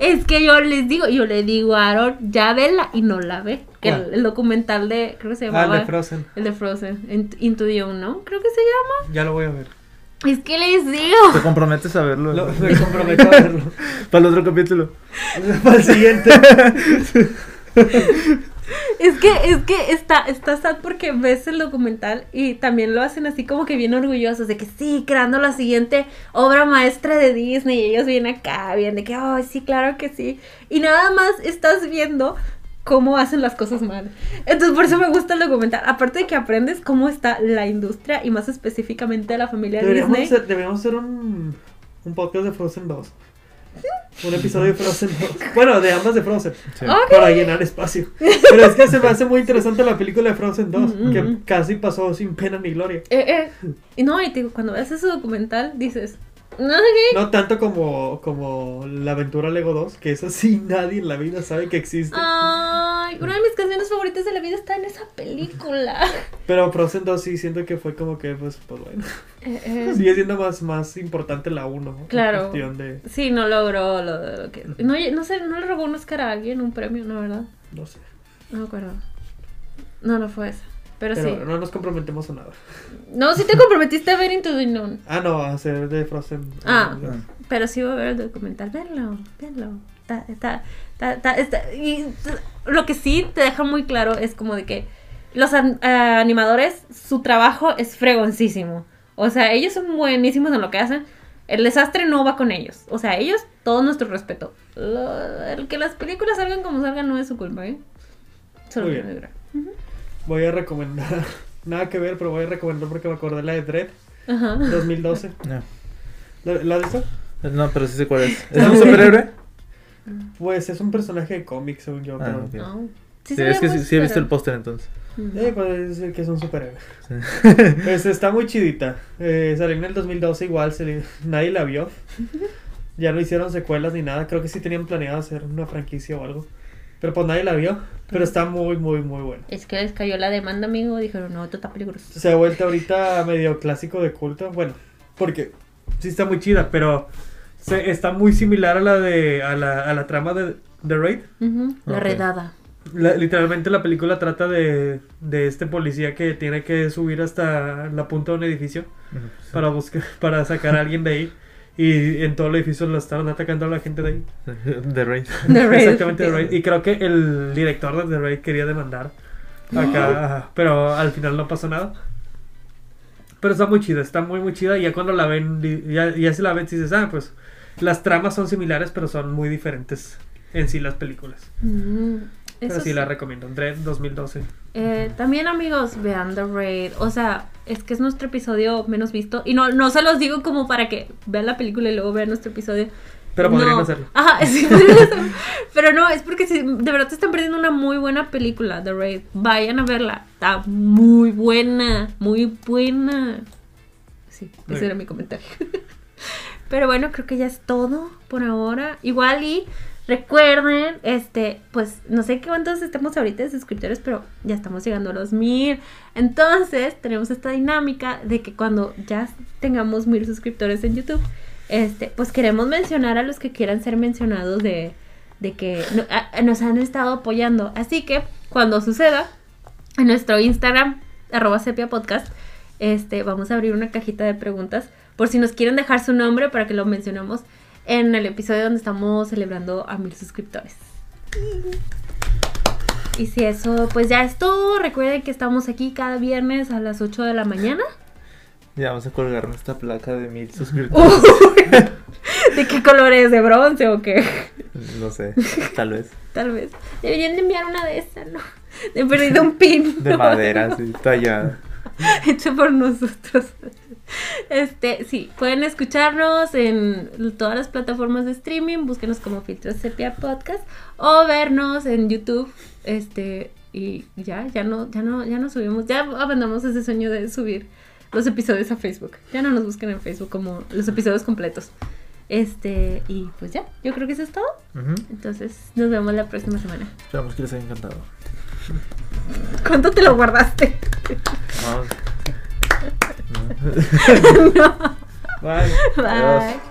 S2: Es que yo les digo, yo le digo a Aaron, ya vela y no la ve. El,
S1: ¿Cuál?
S2: el documental de, creo que se
S1: Ah,
S2: llamaba.
S1: el de Frozen.
S2: el de Frozen, Int- Into the Unknown, creo que se llama.
S1: Ya lo voy a ver.
S2: Es que les digo.
S3: Te comprometes a verlo.
S1: Lo- me comprometo a verlo.
S3: Para el otro capítulo.
S1: Para el siguiente.
S2: Es que, es que está, está sad porque ves el documental y también lo hacen así como que bien orgullosos de que sí, creando la siguiente obra maestra de Disney y ellos vienen acá, bien de que, oh, sí, claro que sí. Y nada más estás viendo cómo hacen las cosas mal. Entonces por eso me gusta el documental. Aparte de que aprendes cómo está la industria y más específicamente la familia
S1: Deberíamos
S2: Disney.
S1: hacer, deberíamos hacer un, un podcast de Frozen 2. Un episodio de Frozen 2. Bueno, de ambas de Frozen.
S3: Sí.
S2: Ok.
S1: Para llenar espacio. Pero es que se me hace muy interesante la película de Frozen 2.
S2: Mm, mm,
S1: Que
S2: mm.
S1: casi pasó sin pena ni gloria.
S2: Eh, eh. Y no, y te digo, cuando ves ese documental dices, no, ok,
S1: No tanto como, como la aventura Lego 2, que esa sí nadie en la vida sabe que existe.
S2: Ah. Ay, una de mis canciones favoritas de la vida está en esa película.
S1: Pero Frozen 2 sí siento que fue como que, pues, pues bueno.
S2: Eh, eh,
S1: Sigue siendo más, más importante la 1.
S2: Claro.
S1: cuestión de,
S2: Sí, no logró lo, de lo que... No, no sé, no le robó un Oscar a alguien, un premio, ¿no, verdad?
S1: no sé.
S2: No me acuerdo. No, no fue esa. Pero,
S1: Pero
S2: sí.
S1: no nos comprometemos a nada.
S2: No, sí te comprometiste a ver Into the Unknown.
S1: Ah, no, a hacer de Frozen.
S2: Ah.
S1: dos.
S2: Pero sí voy a ver el documental. Verlo, verlo. Está, está, está, está, está- Y t- lo que sí te deja muy claro es como de que los an- eh, animadores, su trabajo es fregoncísimo. O sea, ellos son buenísimos en lo que hacen. El desastre no va con ellos. O sea, ellos, todo nuestro respeto. Lo- el que las películas salgan como salgan no es su culpa, ¿eh? Solo
S1: Muy
S2: quiero
S1: bien.
S2: decir.
S1: Voy a recomendar. Nada que ver, pero voy a recomendar porque me acordé la de Dread
S2: Ajá.
S1: 2012.
S3: No.
S1: ¿La, la has visto?
S3: No, pero sí sé cuál es. ¿Es
S1: Está
S3: un
S1: muy-
S3: superhéroe?
S1: Pues es un personaje de cómic, según yo.
S3: Ah,
S1: pero-
S3: ok.
S2: No.
S3: Sí,
S2: se
S3: es
S2: ve
S3: que sí,
S2: muy
S3: sí he visto el
S2: superhéroe.
S3: póster entonces.
S1: Eh, puede decir que es un superhéroe. Pues está muy chidita. Eh, salió en el 2012 igual, se le- nadie la vio. Ya no hicieron secuelas ni nada. Creo que sí tenían planeado hacer una franquicia o algo. Pero pues nadie la vio. Pero está muy, muy, muy buena.
S2: Es que les cayó la demanda, amigo. Dijeron, no, esto está peligroso.
S1: Se ha vuelto ahorita medio clásico de culto. Bueno, porque sí está muy chida, pero se- está muy similar a la de a la, a la trama de The Raid.
S2: Ujú, La
S3: Ok.
S2: redada.
S1: La- literalmente la película trata de, de este policía que tiene que subir hasta la punta de un edificio
S3: Ujú, sí.
S1: para buscar para sacar a alguien de ahí y en todo el edificio lo estaban atacando a la gente de ahí.
S3: The Raid.
S2: The Raid.
S1: Exactamente, The Raid. Y creo que el director de The Raid quería demandar acá, pero al final no pasó nada. Pero está muy chida, está muy muy chida y ya cuando la ven di- ya, ya si la ven dices, ah, pues las tramas son similares, pero son muy diferentes en sí las películas.
S2: Mm.
S1: Pero
S2: Eso
S1: sí, la
S2: sí.
S1: recomiendo. André 2012.
S2: Eh, también amigos, vean The Raid. O sea, es que es nuestro episodio menos visto. Y no, no se los digo como para que vean la película y luego vean nuestro episodio.
S1: Pero podrían
S2: No.
S1: hacerlo.
S2: Ajá, sí, podrían hacerlo. Pero no, es porque sí, de verdad te están perdiendo una muy buena película, The Raid. Vayan a verla. Está muy buena, muy buena. Sí,
S1: Muy
S2: ese era mi
S1: bien.
S2: comentario. Pero bueno, creo que ya es todo por ahora. Igual y recuerden, este, pues no sé qué cuántos estamos ahorita de suscriptores, pero ya estamos llegando a los mil. Entonces, tenemos esta dinámica de que cuando ya tengamos mil suscriptores en YouTube, este, pues queremos mencionar a los que quieran ser mencionados de, de que no- a- a- nos han estado apoyando. Así que cuando suceda, en nuestro Instagram, arroba sepia podcast, este, vamos a abrir una cajita de preguntas por si nos quieren dejar su nombre para que lo mencionemos en el episodio donde estamos celebrando a mil suscriptores. Y si eso, pues ya es todo. Recuerden que estamos aquí cada viernes a las 8 de la mañana.
S4: Ya vamos a colgar nuestra placa de mil suscriptores.
S2: Oh. Uy, ¿De qué color es? ¿De bronce o qué?
S4: No sé, tal vez.
S2: Tal vez. Deberían de enviar una de esas, ¿no? De perdido un pin.
S4: De
S2: ¿no?
S4: madera, sí, tallada.
S2: hecho por nosotros. Este, sí, pueden escucharnos en todas las plataformas de streaming, búsquenos como Filtro Sepia Podcast o vernos en YouTube, este, y ya, ya no, ya no, ya no subimos, ya abandonamos ese sueño de subir los episodios a Facebook. Ya no nos busquen en Facebook como los episodios completos. Este, y pues ya, yo creo que eso es todo. Entonces, nos vemos la próxima semana.
S4: Esperamos que les haya encantado.
S2: ¿Cuánto te lo guardaste?
S4: Vamos.
S2: Bye.
S4: Adiós.